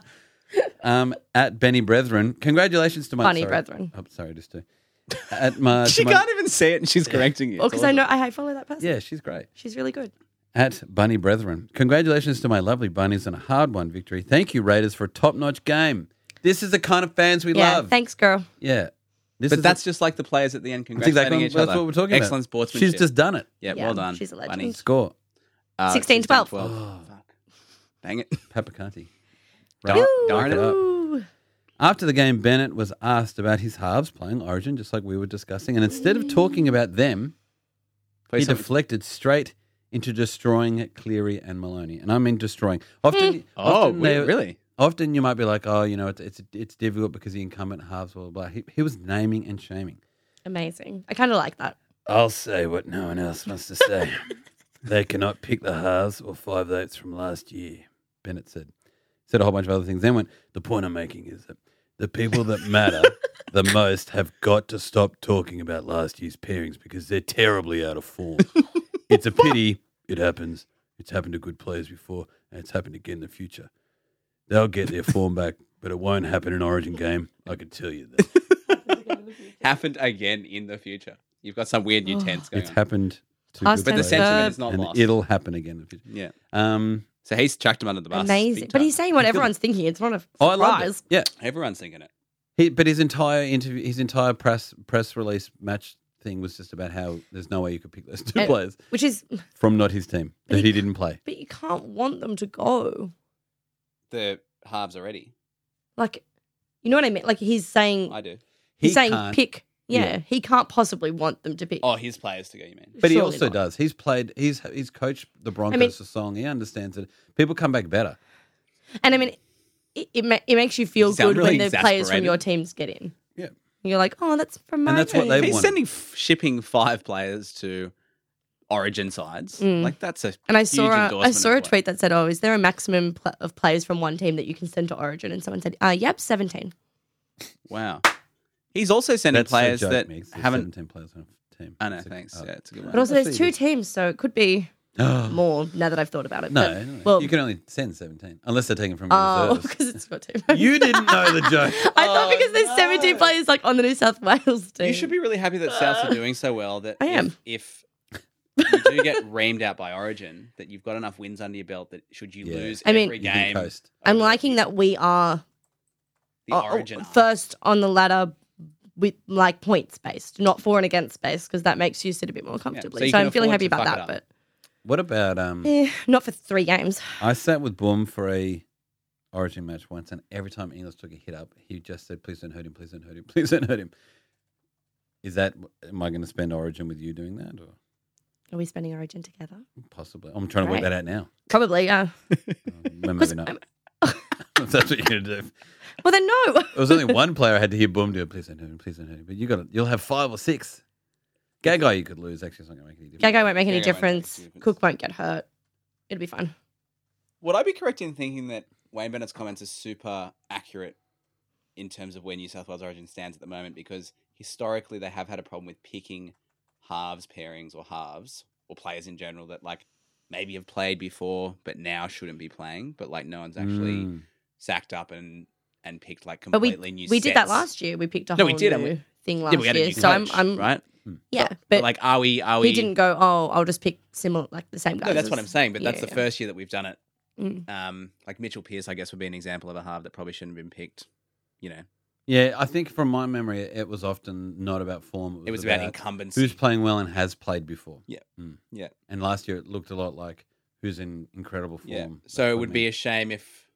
Um, at Benny Brethren, congratulations to my Bunny sorry. Brethren. Oh, sorry, just to at my, to she my- can't even see it, and she's correcting you. Well, It's because I know awesome. I I follow that person. yeah, she's great. She's really good. At Bunny Brethren, congratulations to my lovely bunnies on a hard-won victory. Thank you, Raiders, for a top-notch game. This is the kind of fans we yeah. love. Thanks, girl. yeah, this But is that's just like the players at the end that's exactly congratulating each that's other. what we're talking about. Excellent sportsmanship. She's just done it. yeah, Yeah, well done. she's a legend. Bunny. Score, Oh, Uh, 16, 12. 12. Fuck. Dang it. Papacanti. Darn, darn Look it it. up. Ooh. After the game, Bennett was asked about his halves playing Origin, just like we were discussing. And instead of talking about them, Please he don't- deflected straight into destroying Cleary and Maloney. And I mean destroying. Often, Oh, often they- wait, really? Often you might be like, oh, you know, it's it's, it's difficult because the incumbent halves, blah, blah, blah. He, he was naming and shaming. Amazing. I kind of like that. I'll say what no one else wants to say. they cannot pick the halves or five votes from last year, Bennett said. Said a whole bunch of other things. Then went, the point I'm making is that the people that matter the most have got to stop talking about last year's pairings because they're terribly out of form. it's a pity it happens. It's happened to good players before and it's happened again in the future. They'll get their form back, but it won't happen in Origin game. I can tell you that. Happened again in the future. You've got some Oh. weird new tense going It's on. happened to Past good But the players. tense sentiment verb. is not and lost. it'll happen again in the future. Yeah. Um, So he's chucked him under the bus. Amazing. big But time. he's saying what everyone's thinking. It's not a oh, I love surprise. it. Yeah, everyone's thinking it. he, but his entire interview, his entire press press release match thing was just about how there's no way you could pick those two And- players Which is, from not his team But that he he didn't play. but you can't want them to go. The halves already. Like, you know what I mean? Like he's saying, I do. He he's saying can't. pick Yeah, Yeah. he can't possibly want them to pick. Oh, his players to go. You mean? But he Surely also not. does. He's played. He's he's coached the Broncos a song. He understands it. People come back better. And I mean, it, it, ma- it makes you feel You sound good really when the players from exasperated. your teams get in. Yeah. And you're like, oh, that's from my. And that's what team." they- If he's won. sending f- shipping five players to Origin sides. Mm. Like that's a And I huge saw a, I endorsement saw of a what- tweet that said, "Oh, is there a maximum pl- of players from one team that you can send to Origin?" And someone said, "Uh, yep, 17. Wow. He's also sending That's the players joke, that Migs. There's haven't. seventeen players on a team. I know. It's a- Thanks. oh. Yeah, it's a good But one. also, that's there's pretty two teams, so it could be more. Now that I've thought about it, no, But- no, well, you can only send seventeen unless they're taking from your oh, reserves. because it's your team. You didn't know the joke. I thought because there's 17 players like on the New South Wales team. You should be really happy that Souths are doing so well. That Uh, I if- am. If, you do get reamed out by Origin, that you've got enough wins under your belt. That should you Yeah. lose I mean- every You can game, coast. I'm liking that we are the uh, Origin are. first on the ladder with like points based, not for and against based, because that makes you sit a bit more comfortably. you so can I'm feeling afford happy to about fuck that, it but up. What about um? eh, not for three games. I sat with Boom for a Origin match once, and every time Inglis took a hit up, he just said, "Please don't hurt him. Please don't hurt him. Please don't hurt him." Is that? Am I going to spend Origin with you doing that, or Are we spending Origin together? possibly? I'm trying to work Right. that out now. Probably, yeah. um, No, maybe not. If That's what you're gonna do. Well, then no. It was only one player I had to hear Boom do. Please don't hurt him. Please don't hurt him. But you got to, You'll have five or six. Gay guy, you could lose. Actually, it's not going to make any difference. Gago won't make any Gago won't make any difference. difference. Cook won't get hurt. It'll be fine. Would I be correct in thinking that Wayne Bennett's comments are super accurate in terms of where New South Wales Origin stands at the moment? Because historically, they have had a problem with picking halves pairings or halves or players in general that like maybe have played before but now shouldn't be playing, but like no one's actually Mm. sacked up and and picked like But we completely new. we did that sets. last year. We picked a No, whole we did, and new thing last Yeah, we had a year. new so I'm, coach, I'm right. yeah, but, But, like, are we? Are we? he didn't go. Oh, I'll just pick similar like the same guys. No, that's what I'm as- saying. But that's yeah, the yeah. first year that we've done it. Mm. Um, like Mitchell Pearce, I guess, would be an example of a half that probably shouldn't have been picked. You know, Yeah, I think from my memory, it was often not about form. it was about, incumbency. who's playing well and has played before. Yeah. Mm. Yeah. And last year it looked a lot like who's in incredible form. Yeah. That's So it what I would be mean. a shame if,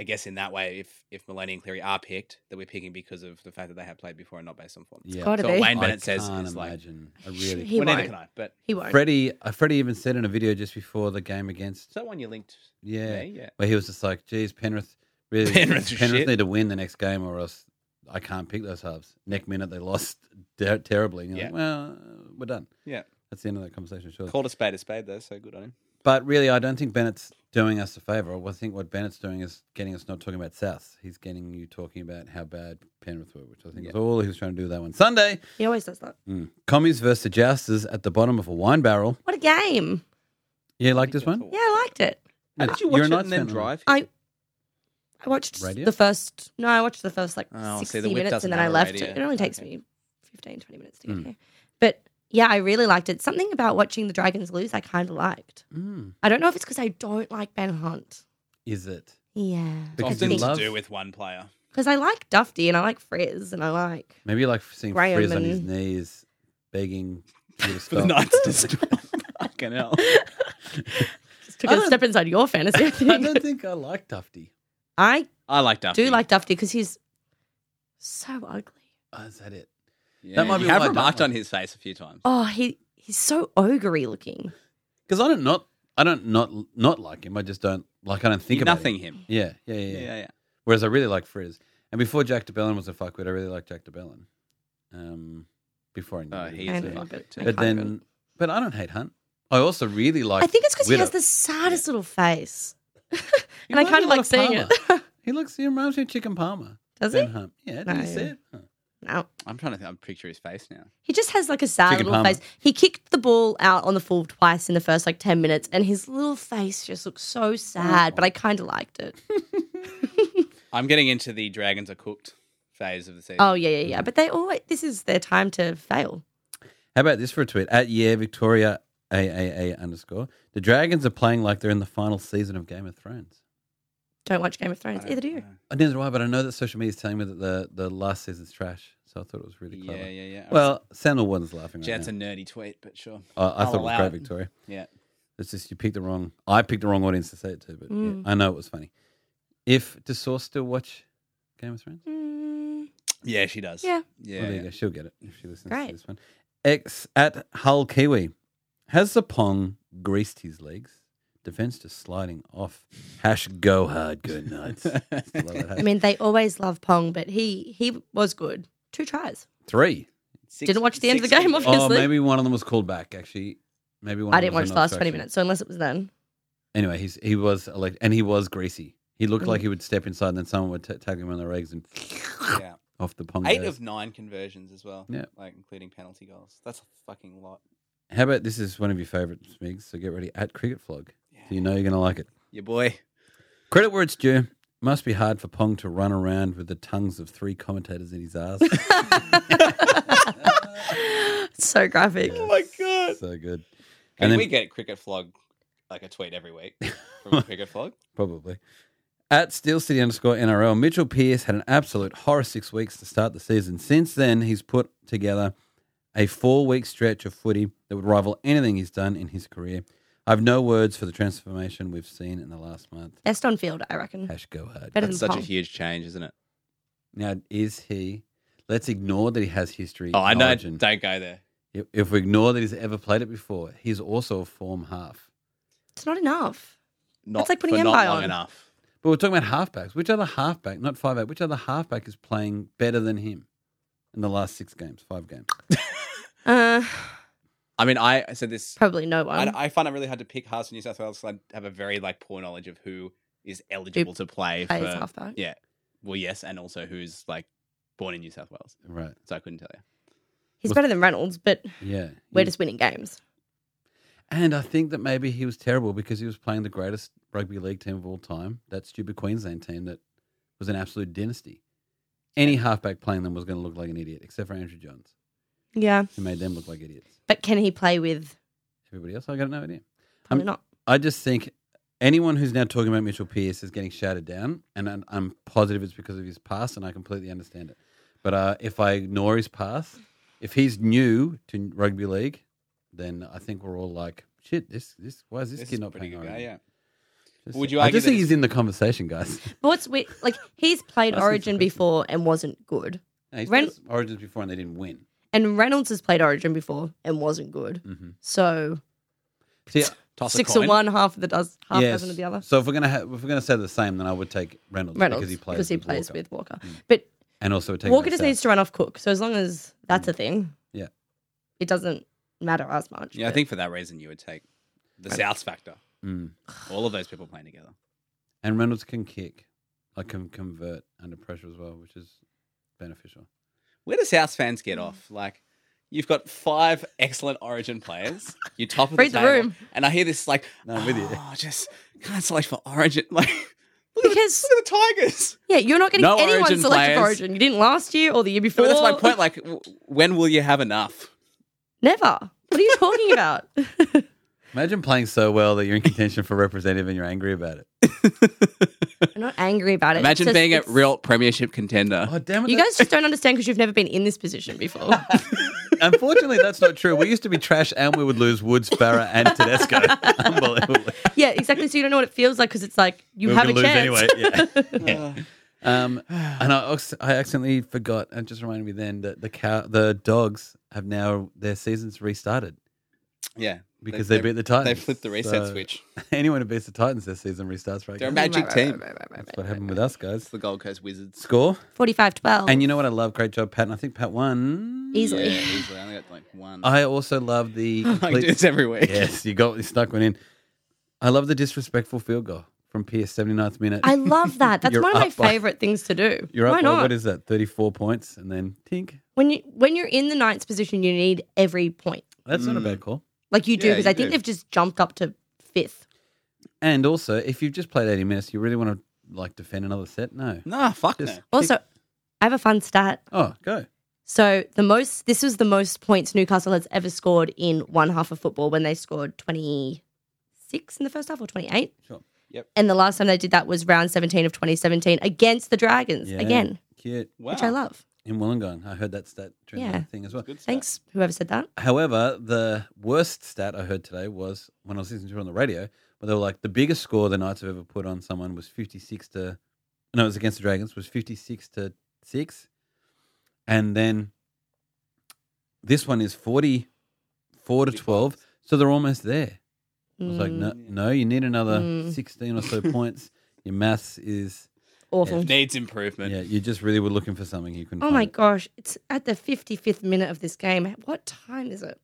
I guess, in that way, if if Maloney and Cleary are picked, that we're picking because of the fact that they have played before and not based on form. yeah. gotta So be. Wayne Bennett I says can't is like, imagine. I really. He well, neither won't. can I. But He won't. Freddie, uh, Freddie even said in a video just before the game against is that one you linked? yeah, me? yeah. where he was just like, "Geez, Penrith really Penrith's shit." need to win the next game or else I can't pick those halves." Next minute they lost ter- terribly, and you're like, Yeah. "Well, we're done." Yeah. That's the end of that conversation, sure. Called a spade a spade though, so good on him. But really, I don't think Bennett's doing us a favour. I think what Bennett's doing is getting us not talking about South. He's getting you talking about how bad Penrith were, which I think is all he was trying to do that one. Sunday, He always does that. mm. commies versus the jousters at the bottom of a wine barrel. What a game! Yeah, like this one. Yeah, I liked it. How Yeah, did you you're watch a it Knights and then fan, aren't you? drive? I I watched Radio? the first. No, I watched the first like Oh, see, 60 the whip minutes doesn't and then have I a left radio. it. It only takes Okay. me 15, 20 minutes to Hmm. get here. But yeah, I really liked it. Something about watching the Dragons lose, I kind of liked. Mm. I don't know if it's because I don't like Ben Hunt. Is it? But Yeah, It's you often didn't to love- do with one player. because I like Dufty and I like Frizz and I like Maybe you like seeing Graham Frizz on his and- knees begging you to For the stop. Knights to stop. Fucking hell. just took a step inside your fantasy. I, I think. don't think I like Dufty. I I like Duffy. do like Dufty because he's so ugly. Oh, is that it? Yeah, That might you be have why I don't remarked like on his face a few times. Oh, he he's so ogre looking. Because I don't not I don't not not like him. I just don't like. I don't think You about nothing Him. him. Yeah, yeah, yeah, Yeah, yeah. yeah. yeah. Whereas I really like Frizz. And before Jack DeBellin was a fuckwit, I really liked Jack DeBellin. Um, before I knew Oh, he he's was I a there. know, fucker but- too. But then, but I don't hate Hunt. I also really like. I think it's because he Widow. has the saddest little face, and I reminds kind me of a lot like seeing Palmer. it. He looks. He reminds me of Chicken Palmer. Does Ben he? Hunt. Yeah. Did No. you see it? Huh. No. I'm trying to think. I'm picture his face now. He just has like a sad Chicken little Parma. face. He kicked the ball out on the full twice in the first like 10 minutes, and his little face just looked so sad, but I kind of liked it. I'm getting into the Dragons Are Cooked phase of the season. oh, yeah, yeah, yeah. But they always, this is their time to fail. How about this for a tweet? At yeah Victoria AAA underscore. The Dragons are playing like they're in the final season of Game of Thrones. Don't watch Game of Thrones. Either do you. I don't know why, but I know that social media is telling me that the, the last season's trash. So I thought it was really clever. Yeah, yeah, yeah. Well, Sandal Warden's laughing right Jet's a now. nerdy tweet, but sure. I, I I'll thought it was allow great, it. Victoria. Yeah. It's just you picked the wrong. I picked the wrong audience to say it to, but yeah, Mm. I know it was funny. If does Source still watch Game of Thrones? Mm, Yeah, she does. Yeah. Yeah. Well, there you go. She'll get it if she listens Great. to this one. X at Hull Kiwi. Has the Pong greased his legs? Defense just sliding off. Hash go hard, good nuts. Love that hash. I mean, they always love Pong, but he he was good. Two tries. Three. Six- Didn't watch the end of six the game, people. Oh, Obviously. maybe one of them was called back, actually. Maybe one I of them didn't watch was the an last 20 obstruction. minutes, so unless it was then. Anyway, he's, he was elect- and he was greasy. He looked Mm. like he would step inside and then someone would t- tug him on the legs and Oh, Yeah. off the Pong. Eight goes. of nine conversions as well. Yeah. Like including penalty goals. That's a fucking lot. How about this is one of your favourites, Migs? So get ready at Cricket Flog. So you know you're going to like it. Your boy. Credit where it's due. Must be hard for Pong to run around with the tongues of three commentators in his ass. So graphic. Oh my god. so good. Can And then- we get cricket flog like a tweet every week from cricket flog? Probably. At Steel City underscore NRL, Mitchell Pearce had an absolute horror six weeks to start the season. Since then, he's put together a four week stretch of footy that would rival anything he's done in his career. I've no words for the transformation we've seen in the last month. Best on field, I reckon. Hash go hard. Better That's than such a Pong. huge change, isn't it? Now, is he? Let's ignore that he has history. Oh, I in know. Origin. Don't go there. If- If we ignore that he's ever played it before, he's also a form half. It's not enough. Not like putting for not Empire long on. enough. But we're talking about halfbacks. Which other halfback, not five eight, which other halfback is playing better than him in the last six games, five games? Uh, I mean, I I said this. probably no one. I, I find it really hard to pick halves for New South Wales because I have a very like poor knowledge of who is eligible to play for. plays halfback. Yeah. Well, yes, and also who's like born in New South Wales. Right. So I couldn't tell you. He's better than Reynolds, but Yeah. we're just winning games. And I think that maybe he was terrible because he was playing the greatest rugby league team of all time, that stupid Queensland team that was an absolute dynasty. Any halfback playing them was going to look like an idiot, except for Andrew Johns, Yeah. who made them look like idiots. But can he play with? Everybody else, I got no idea. Probably Um, not. I just think anyone who's now talking about Mitchell Pearce is getting shouted down, and I'm, I'm positive it's because of his past, and I completely understand it. But uh, if I ignore his past, if he's new to rugby league, then I think we're all like, shit, this, this, why is this, This kid is not pretty playing? good Origin? guy, yeah. Just- Would you I argue just that think it's- he's in the conversation, guys. But what's we like? He's played That's a good Origin question. before and wasn't good, No, he's Ren- played Origins before and they didn't win. and Reynolds has played Origin before and wasn't good. Mhm. So See, Toss six a coin. of one, half of the does, half yes. dozen of the other. So if we're gonna ha- if we're gonna say the same, then I would take Reynolds, Reynolds because he plays with Walker. with Walker, but and also it takes Walker that just south. needs to run off Cook. So as long as that's a thing, Yeah. it doesn't matter as much. Yeah, I but- think for that reason you would take the Souths factor. Mm. All of those people playing together. And Reynolds can kick, like can convert under pressure as well, which is beneficial. Where does House fans get off? Like, you've got five excellent Origin players. You top of Read the the, table, room. and I hear this like, No, I'm with you. "Oh, just can't select for Origin. Like, look, Because- at, the, look at the Tigers. Yeah, you're not getting No anyone Origin selected for players. Origin. You didn't last year or the year No, before. but that's my point. Like, w- when will you have enough? Never. What are you talking about? Imagine playing so well that you're in contention for representative and you're angry about it. I'm not angry about it. Imagine It's just- being a it's- real Premiership contender. Oh damn it! You that- guys just don't understand because you've never been in this position before. Unfortunately, that's not true. We used to be trash, and we would lose Woods, Farah, and Tedesco. Unbelievable. yeah, exactly. So you don't know what it feels like because it's like you We were have a gonna chance. anyway. Yeah. Yeah. Um, and I, ox- I accidentally forgot, and just reminded me then that the cow, the dogs have now their seasons restarted yeah, because they, beat the Titans. They flipped the reset So, switch. Anyone who beats the Titans, their season restarts right. They're a now. magic Right, right, team. right, right, right, right, That's right. what happened with us, guys. It's the Gold Coast Wizards. Score. 45 12. And you know what I love? Great job, Pat. And I think Pat won. Easily. Yeah, easily. I only got like one. I also love the I do complete. this every week. yes, you got you stuck one in. I love the disrespectful field goal from PS 79th minute. I love that. That's You're one of my up by- favorite things to do. You're Why up. not? By, what is that? Thirty four points, and then tink. when you when you're in the ninth position, you need every point. That's not a Mm. bad call. Like you do Yeah, because you I think do. they've just jumped up to fifth. And also, if you've just played eighty minutes, you really want to like defend another set. No. Nah, fuck Just- no. Also, I have a fun stat. Oh, go. So the most this was the most points Newcastle has ever scored in one half of football when they scored 26 in the first half or 28. Sure. Yep. And the last time they did that was round 17 of 2017 against the Dragons Yeah. again, Cute. Wow. which I love. In Wollongong, I heard that stat during Yeah. the thing as well. Good stuff. Thanks whoever said that. However, the worst stat I heard today was when I was listening to it on the radio, where they were like, the biggest score the Knights have ever put on someone was 56 to, no, it was against the Dragons, was 56 to 6. And then this one is 44 to 12. So they're almost there. I was like, no, Mm. no, you need another 16 or so points. Your maths is, Awful. Needs improvement. yeah, you just really were looking for something you couldn't Oh find my it. gosh, it's at the 55th minute of this game. What time is it?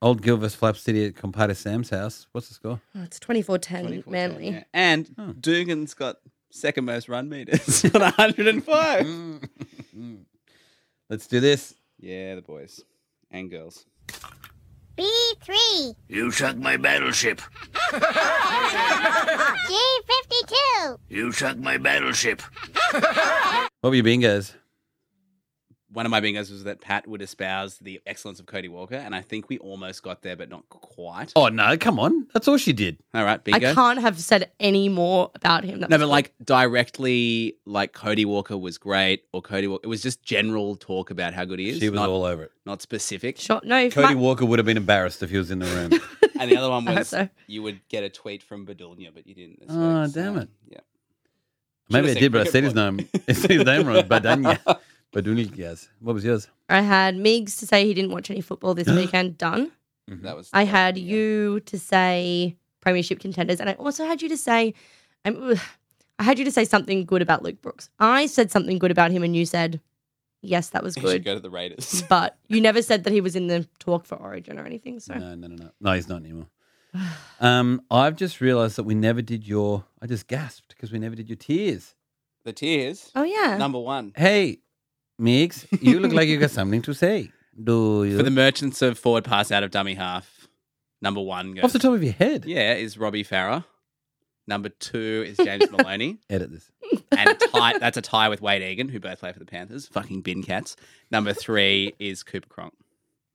Old Gilvers Flap City at compadre Sam's house. What's the score? Oh, it's 24-10 Manly. Yeah. And Huh. Dugan's got second most run meters on 105. Mm. Let's do this. yeah, the boys and girls. B3, You sunk my battleship. G52, You sunk my battleship. What were your bingos? One of my bingos was that Pat would espouse the excellence of Cody Walker, and I think we almost got there, but not quite. Oh, no, come on. That's all she did. All right, bingo. I can't have said any more about him. That No, was but like directly, like Cody Walker was great, or Cody Walker. It was just general talk about how good he is. She was not, all over it. not specific. shot. No, if Cody my- Walker would have been embarrassed if he was in the room. And the other one I hope was so. you would get a tweet from Bedulia, but you didn't. this Oh, week, so, damn it. Yeah. Maybe I Should've did, but I cricket said his ball. name. It's his name wrong. Badanya. Badunikas. What was yours? I had Meigs to say he didn't watch any football this weekend. Done. That was. I that was had the bingo. you to say premiership contenders, and I also had you to say, um, ugh, I had you to say something good about Luke Brooks. I said something good about him, and you said, yes, that was You should good. go to the Raiders. But you never said that he was in the talk for Origin or anything. So No, no, no, no. No, he's not anymore. Um, I've just realised that we never did your. I just gasped because we never did your tears. the tears. oh yeah, Number one. Hey, Mix, you look like you got something to say. Do you? For the merchants of forward pass out of dummy half, number one goes. Off the top of your head. Yeah, is Robbie Farah. Number two is James Maloney. Edit this. and tie, that's a tie with Wade Egan, who both play for the Panthers. Fucking bin cats. Number three is Cooper Cronk.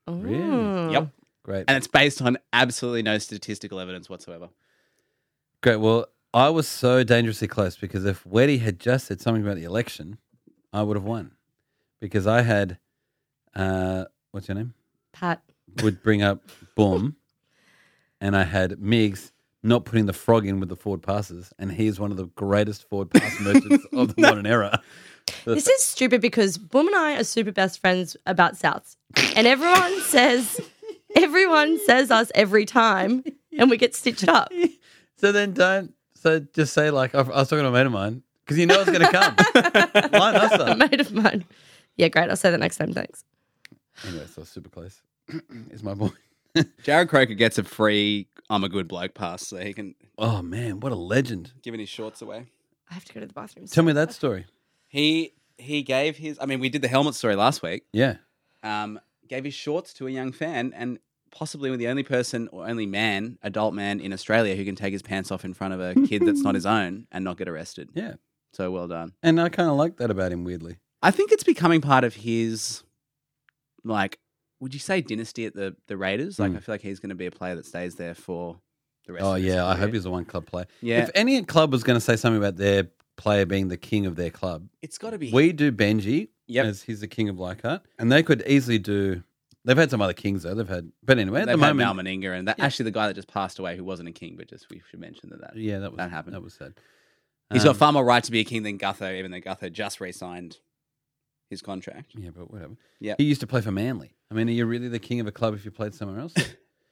Really? Oh. Yep. Great. And it's based on absolutely no statistical evidence whatsoever. Great. Well, I was so dangerously close because if Weddy had just said something about the election, I would have won because I had. Uh, what's your name? Pat. would bring up Boom, and I had Miggs not putting the frog in with the forward passes, and he is one of the greatest forward pass merchants of the modern era. This is stupid because Boom and I are super best friends about Souths. And everyone says, everyone says us every time and we get stitched up. So then don't. So just say like I I was talking to a mate of mine because you know it's going to come. Line us A up. mate of mine. Yeah, great. I'll say that next time. Thanks. Anyway, so I was super close. is my boy. Jared Croker gets a free I'm a good bloke pass, so he can Oh man, what a legend! give his shorts away. I have to go to the bathroom. Tell me that story. He he gave his I mean, we did the helmet story last week. Yeah. Um, gave his shorts to a young fan and possibly were the only person or only man, adult man in Australia who can take his pants off in front of a kid that's not his own and not get arrested. Yeah. So well done. And I kind of like that about him weirdly. I think it's becoming part of his, like, would you say dynasty at the the Raiders? Like, Mm. I feel like he's going to be a player that stays there for the rest. Oh of his yeah, I career. hope he's a one club player. Yeah, If any club was going to say something about their player being the king of their club, it's got to be. We do Benji Yep. as he's the king of Leichhardt. And they could easily do they've had some other kings though. They've had but anyway, they've at the had moment Mal Meninga and that actually the guy that just passed away who wasn't a king, but just we should mention that that Yeah, that was That happened. That was sad. he's Um, got far more right to be a king than Gutho, even though Gutho just re-signed his contract. Yeah, but whatever. Yeah. He used to play for Manly. I mean, are you really the king of a club if you played somewhere else?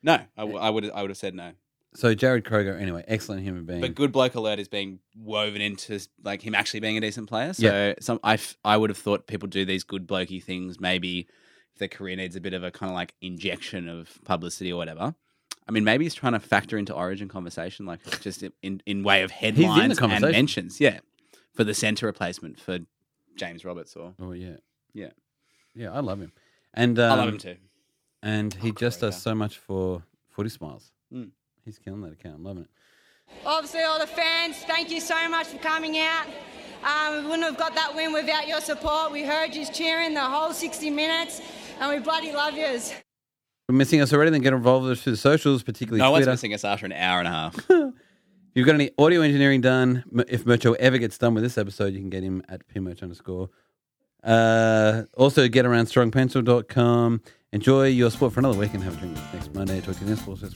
No, I, w- I would I would have said no. so Jared Kroger, anyway, excellent human being. But good bloke alert is being woven into like him actually being a decent player. So Yeah. some I, f- I would have thought people do these good blokey things maybe if their career needs a bit of a kind of like injection of publicity or whatever. I mean, maybe he's trying to factor into origin conversation, like just in- in, in way of the headlines and conversation. mentions. Yeah, for the centre replacement for James Roberts or oh yeah. Yeah. Yeah, I love him. And um, I love him too. and he just does so much for footy smiles. Mm. He's killing that account. I'm loving it. Obviously, all the fans, thank you so much for coming out. Um, we wouldn't have got that win without your support. We heard you cheering the whole 60 minutes, and we bloody love yous. If you're missing us already, then get involved with us through the socials, particularly No one's Twitter. missing us after an hour and a half. If you've got any audio engineering done, m- if Mercho ever gets done with this episode, you can get him at pmerch underscore. Uh, also, get around strongpencil.com. Enjoy your sport for another week and have a drink with us next Monday. Talking this sports, it's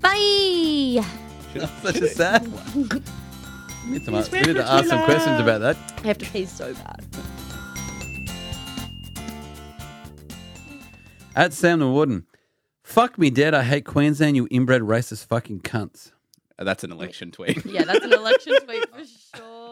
Bye. such a sad one. We need, to ask- we need to ask some questions about that. I have to pee so bad. At Sam the Warden. Fuck me dead. I hate Queensland, you inbred racist fucking cunts. That's an election tweet. Yeah, that's an election tweet for sure.